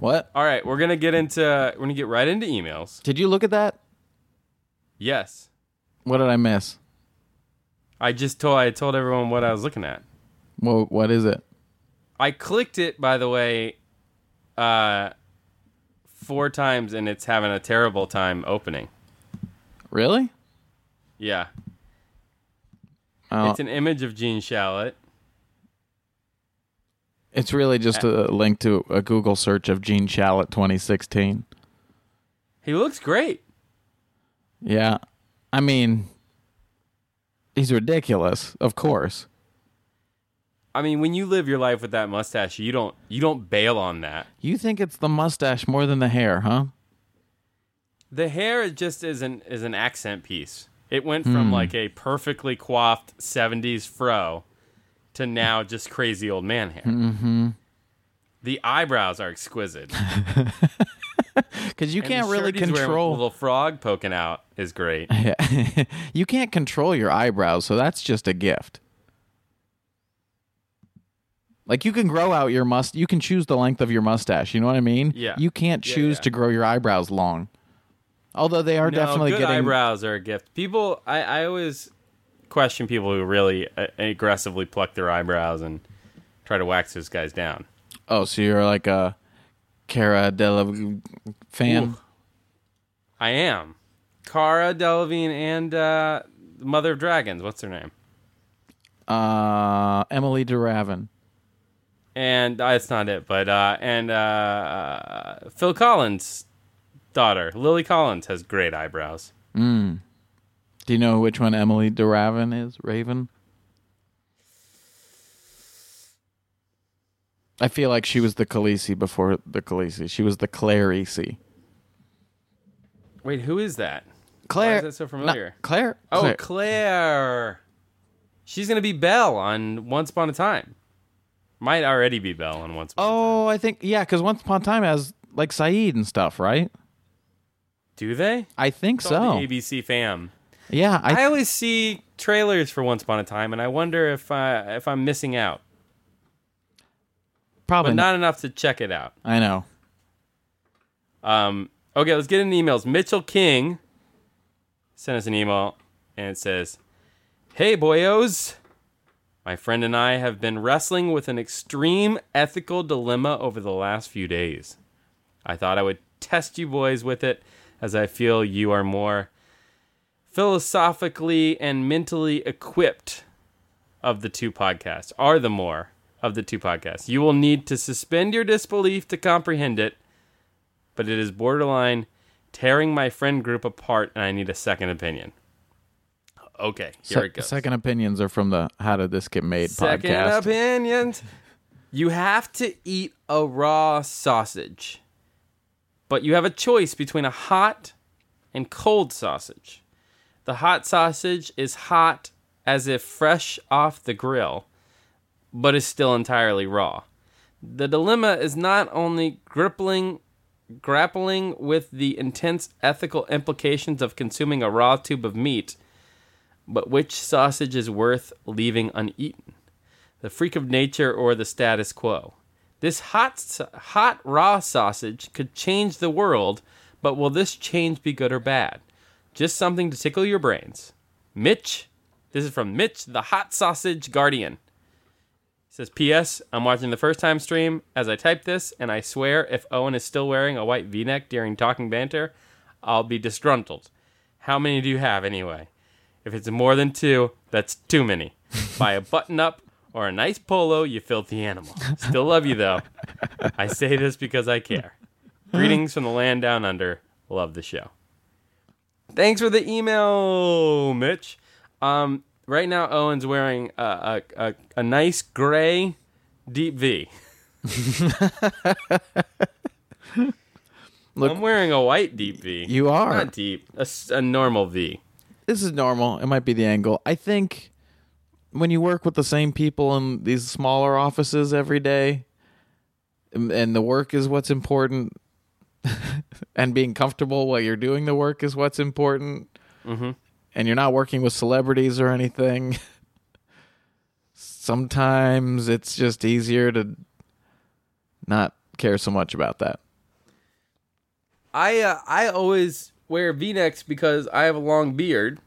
Speaker 3: What?
Speaker 2: All right, we're gonna get into. We're gonna get right into emails.
Speaker 3: Did you look at that?
Speaker 2: Yes,
Speaker 3: What did I miss?
Speaker 2: I just told. I told everyone what I was looking at.
Speaker 3: Whoa, what is it?
Speaker 2: I clicked it, by the way, uh, four times, and it's having a terrible time opening.
Speaker 3: Really?
Speaker 2: Yeah,
Speaker 3: Oh,
Speaker 2: it's
Speaker 3: it's,
Speaker 2: an image of Gene Shalit.
Speaker 3: really just a link to a Google search of Gene Shalit 2016.
Speaker 2: He looks great.
Speaker 3: Yeah. I mean, he's ridiculous, of course.
Speaker 2: I mean, when you live your life with that mustache, you don't you don't bail on that.
Speaker 3: You think it's the mustache more than the hair, huh?
Speaker 2: The hair is just is an is an accent piece. It went
Speaker 3: Hmm.
Speaker 2: from like a perfectly coiffed '70s fro to now just crazy old man hair. Mm-hmm. The eyebrows are exquisite.
Speaker 3: Because you
Speaker 2: And the
Speaker 3: can't really
Speaker 2: shirt he's wearing with
Speaker 3: control.
Speaker 2: the little frog poking out is great.
Speaker 3: Yeah. you can't control your eyebrows, so that's just a gift. Like you can grow out your must you can choose the length of your mustache, you know what I mean?
Speaker 2: Yeah.
Speaker 3: You can't
Speaker 2: Yeah,
Speaker 3: choose
Speaker 2: yeah.
Speaker 3: to grow your eyebrows long. Although they are
Speaker 2: No,
Speaker 3: definitely
Speaker 2: good
Speaker 3: getting
Speaker 2: eyebrows are a gift. People, I, I always question people who really uh, aggressively pluck their eyebrows and try to wax those guys down.
Speaker 3: Oh, so you're like a Cara Delevingne fan?
Speaker 2: Ooh. I am. Cara Delevingne and uh, the Mother of Dragons. What's her name?
Speaker 3: Uh Emily Duravin.
Speaker 2: And uh, it's not it, but uh, and uh, Phil Collins' daughter, Lily Collins, has great eyebrows.
Speaker 3: Do you know which one Emily Duravin is? Raven? I feel like she was the Khaleesi before the Khaleesi. She was the Clarisi.
Speaker 2: Wait, who is that?
Speaker 3: Claire.
Speaker 2: that so familiar?
Speaker 3: Not, Claire?
Speaker 2: Oh,
Speaker 3: Claire.
Speaker 2: Claire. She's gonna be Belle on Once Upon a Time. Might already be Belle on Once Upon a Time.
Speaker 3: oh, I think, yeah, because Once Upon a Time has like Saeed and stuff, right?
Speaker 2: Do they?
Speaker 3: I think
Speaker 2: It's all
Speaker 3: so.
Speaker 2: the ABC fam.
Speaker 3: Yeah. I,
Speaker 2: I always see trailers for Once Upon a Time, and I wonder if uh, if I'm missing out,
Speaker 3: probably
Speaker 2: but not enough to check it out.
Speaker 3: I know.
Speaker 2: Um, okay, let's get into emails. Mitchell King sent us an email and it says, Hey, boyos. My friend and I have been wrestling with an extreme ethical dilemma over the last few days. I thought I would test you boys with it as I feel you are more philosophically and mentally equipped of the two podcasts, are the more of the two podcasts. You will need to suspend your disbelief to comprehend it but it is borderline tearing my friend group apart, and I need a second opinion. Okay, here
Speaker 3: Se-
Speaker 2: it goes.
Speaker 3: Second opinions are from the How Did This Get Made
Speaker 2: Second
Speaker 3: podcast.
Speaker 2: opinions. You have to eat a raw sausage, but you have a choice between a hot and cold sausage. The hot sausage is hot as if fresh off the grill, but is still entirely raw. The dilemma is not only grippling, grappling with the intense ethical implications of consuming a raw tube of meat, but which sausage is worth leaving uneaten? the freak of nature or the status quo. This hot, s- hot raw sausage could change the world, but will this change be good or bad? Just something to tickle your brains. Mitch, this is from Mitch, the hot sausage guardian. He says, P.S. I'm watching the first time stream as I type this, and I swear if Owen is still wearing a white v neck during talking banter, I'll be disgruntled. How many do you have anyway? If it's more than two, that's too many. Buy a button up or a nice polo, you filthy animal. Still love you though. I say this because I care. Greetings from the land down under. Love the show. Thanks for the email, Mitch. Um, right now, Owen's wearing a, a, a, a nice gray deep V.
Speaker 3: Look-
Speaker 2: I'm wearing a white deep V.
Speaker 3: You are.
Speaker 2: Not deep, a, s- a normal V.
Speaker 3: this is normal. It might be the angle. I think when you work with the same people in these smaller offices every day, and and the work is what's important and being comfortable while you're doing the work is what's important
Speaker 2: Mm-hmm.
Speaker 3: and you're not working with celebrities or anything sometimes it's just easier to not care so much about that
Speaker 2: I uh, I always wear V-necks because I have a long beard,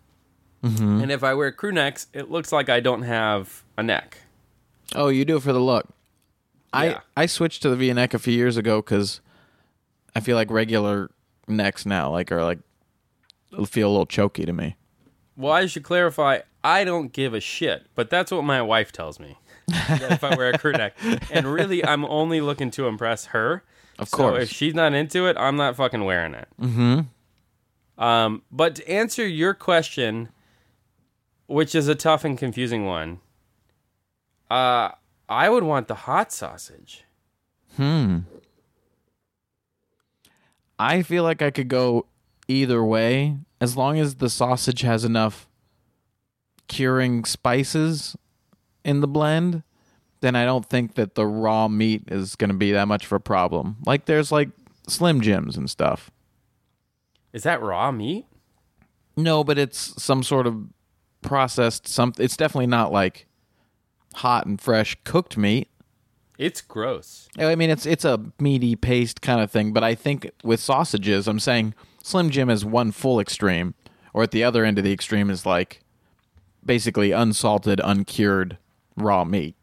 Speaker 3: Mm-hmm.
Speaker 2: and if I wear crew necks, it looks like I don't have a neck.
Speaker 3: Oh, you do it for the look.
Speaker 2: Yeah.
Speaker 3: I I switched to the V neck a few years ago because I feel like regular necks now like are like feel a little choky to me.
Speaker 2: Well, I should clarify, I don't give a shit, but that's what my wife tells me. that if I wear a crew neck, and really, I'm only looking to impress her.
Speaker 3: Of
Speaker 2: So
Speaker 3: course.
Speaker 2: if she's not into it, I'm not fucking wearing it. Mm-hmm.
Speaker 3: Mm-hmm.
Speaker 2: Um, but to answer your question, which is a tough and confusing one, uh, I would want the hot sausage.
Speaker 3: I feel like I could go either way as long as the sausage has enough curing spices in the blend. Then I don't think that the raw meat is going to be that much of a problem. Like there's like Slim Jims and stuff.
Speaker 2: Is that raw meat?
Speaker 3: No, but it's some sort of processed something. It's definitely not like hot and fresh cooked meat.
Speaker 2: It's gross.
Speaker 3: I mean, it's it's a meaty paste kind of thing. But I think with sausages, I'm saying Slim Jim is one full extreme, or at the other end of the extreme is like basically unsalted, uncured raw meat.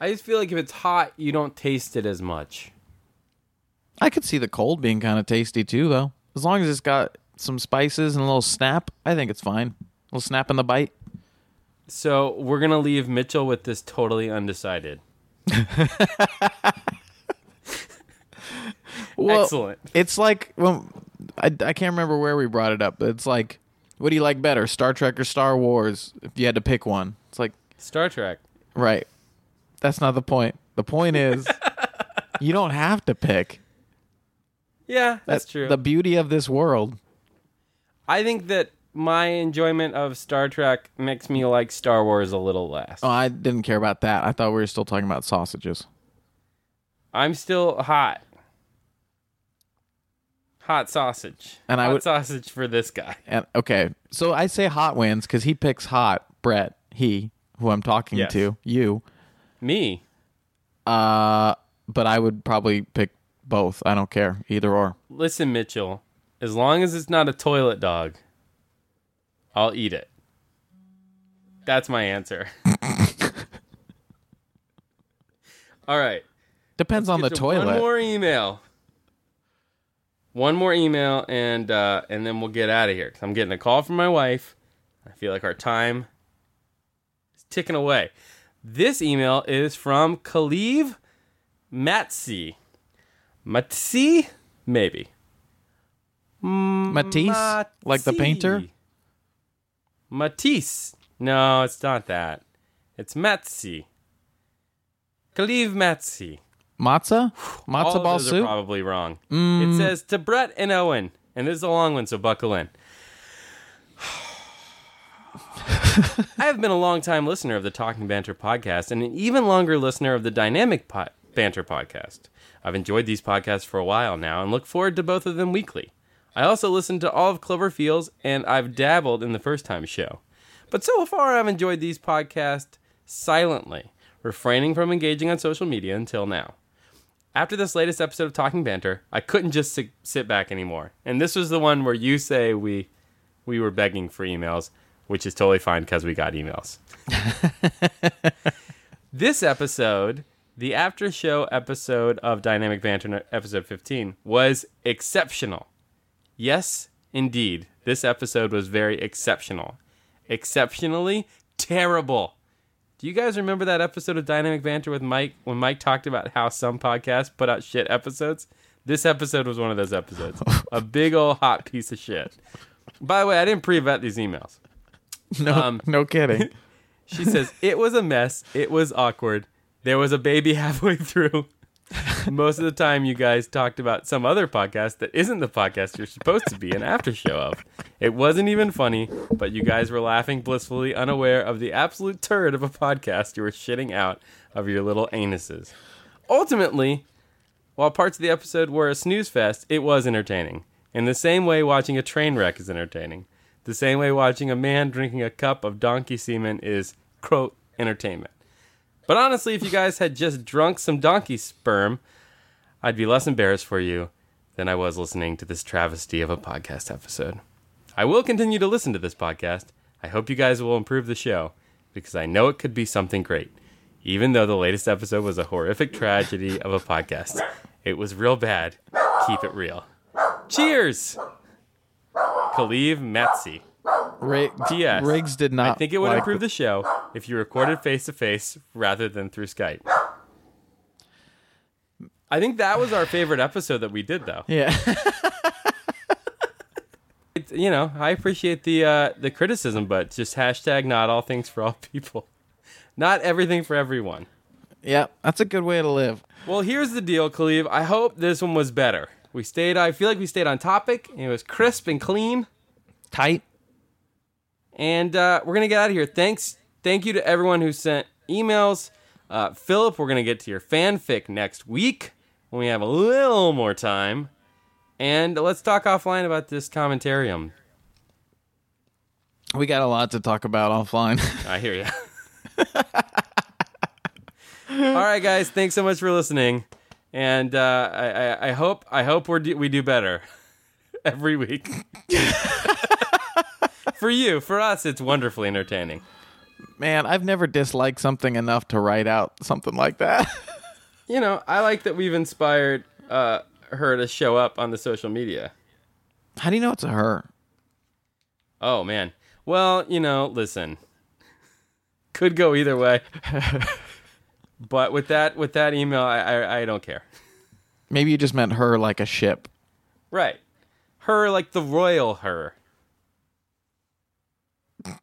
Speaker 2: I just feel like if it's hot, you don't taste it as much.
Speaker 3: I could see the cold being kind of tasty too, though. As long as it's got some spices and a little snap, I think it's fine. A little snap in the bite.
Speaker 2: So we're gonna leave Mitchell with this totally undecided.
Speaker 3: Well,
Speaker 2: Excellent.
Speaker 3: It's like well, I, I can't remember where we brought it up, but it's like, what do you like better, Star Trek or Star Wars? If you had to pick one, it's like,
Speaker 2: Star Trek.
Speaker 3: right? That's not the point. The point is, you don't have to pick.
Speaker 2: Yeah, that's true.
Speaker 3: The beauty of this world.
Speaker 2: I think that my enjoyment of Star Trek makes me like Star Wars a little less.
Speaker 3: Oh, I didn't care about that. I thought we were still talking about sausages.
Speaker 2: I'm still hot. Hot sausage.
Speaker 3: And I
Speaker 2: hot
Speaker 3: would-
Speaker 2: sausage for this guy.
Speaker 3: And okay, so I say hot wins because he picks hot. Brett, he who I'm talking
Speaker 2: Yes.
Speaker 3: to, you.
Speaker 2: Me.
Speaker 3: Uh, but I would probably pick both. I don't care either or.
Speaker 2: Listen, Mitchell, as long as it's not a toilet dog, I'll eat it. That's my answer. All right.
Speaker 3: Depends on the
Speaker 2: Get to One
Speaker 3: toilet.
Speaker 2: more email. One more email, and uh, and then we'll get out of here. Cause I'm getting a call from my wife. I feel like our time is ticking away. This email is from Khalif Matsi. Matsi, maybe.
Speaker 3: Matisse, like the painter.
Speaker 2: Matisse. No, it's not that. It's Matsi. Khalif Matsi.
Speaker 3: Matza,
Speaker 2: All
Speaker 3: matzo
Speaker 2: of
Speaker 3: ball
Speaker 2: those
Speaker 3: soup.
Speaker 2: are probably wrong. It says to Brett and Owen, and this is a long one, so buckle in. I have been a long-time listener of the Talking Banter podcast and an even longer listener of the Dynamic po- Banter podcast. I've enjoyed these podcasts for a while now and look forward to both of them weekly. I also listen to all of Cloverfield's and I've dabbled in the first time show. But so far, I've enjoyed these podcasts silently, refraining from engaging on social media until now. After this latest episode of Talking Banter, I couldn't just si- sit back anymore. And this was the one where you say we we were begging for emails, which is totally fine because we got emails. this episode, the after show episode of Dynamic Banter episode 15 was exceptional. Yes, indeed. This episode was very exceptional. Exceptionally terrible. Do you guys remember that episode of Dynamic Banter with Mike when Mike talked about how some podcasts put out shit episodes? This episode was one of those episodes. a big old hot piece of shit. By the way, I didn't pre vet these emails.
Speaker 3: no,
Speaker 2: Um,
Speaker 3: no kidding.
Speaker 2: She says, It was a mess. It was awkward. There was a baby halfway through. Most of the time, you guys talked about some other podcast that isn't the podcast you're supposed to be an after show of. It wasn't even funny, but you guys were laughing blissfully, unaware of the absolute turd of a podcast you were shitting out of your little anuses. Ultimately, While parts of the episode were a snooze fest, it was entertaining. In the same way, watching a train wreck is entertaining. The same way, watching a man drinking a cup of donkey semen is, quote, entertainment. But honestly, if you guys had just drunk some donkey sperm, I'd be less embarrassed for you than I was listening to this travesty of a podcast episode. I will continue to listen to this podcast. I hope you guys will improve the show because I know it could be something great. Even though the latest episode was a horrific tragedy of a podcast, it was real bad. Keep it real. Cheers! Khalif Metzi.
Speaker 3: Rig-
Speaker 2: Yes.
Speaker 3: Riggs did not.
Speaker 2: I think it would
Speaker 3: like
Speaker 2: improve the show if you recorded face to face rather than through Skype. I think that was our favorite episode that we did, though.
Speaker 3: Yeah.
Speaker 2: It's you know, I appreciate the uh, the criticism, but just hashtag not all things for all people, not everything for everyone.
Speaker 3: yeah. That's a good way to live.
Speaker 2: Well, here's the deal, Khalif. I hope this one was better. We stayed. I feel like we stayed on topic. And it was crisp and clean.
Speaker 3: Tight.
Speaker 2: And uh, we're gonna get out of here. Thanks, thank you to everyone who sent emails. Uh, Philip, we're gonna get to your fanfic next week when we have a little more time. And let's talk offline about this commentarium.
Speaker 3: We got a lot to talk about offline.
Speaker 2: I hear you. All right, guys, thanks so much for listening, and uh, I, I, I hope I hope we do, we do better every week. for you, for us, it's wonderfully entertaining.
Speaker 3: Man, I've never disliked something enough to write out something like that.
Speaker 2: you know, I like that we've inspired uh, her to show up on the social media.
Speaker 3: How do you know it's a her?
Speaker 2: Oh man. Well, you know, listen, could go either way. but with that, with that email, I, I, I don't care.
Speaker 3: Maybe you just meant her like a ship.
Speaker 2: Right. Her like the royal her. That's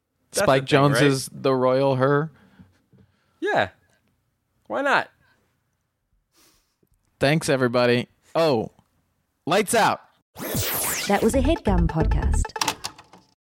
Speaker 3: Spike
Speaker 2: the thing,
Speaker 3: Jones
Speaker 2: right?
Speaker 3: is the royal her.
Speaker 2: Yeah. Why not?
Speaker 3: Thanks, everybody. Oh, lights out.
Speaker 1: That was a headgum podcast.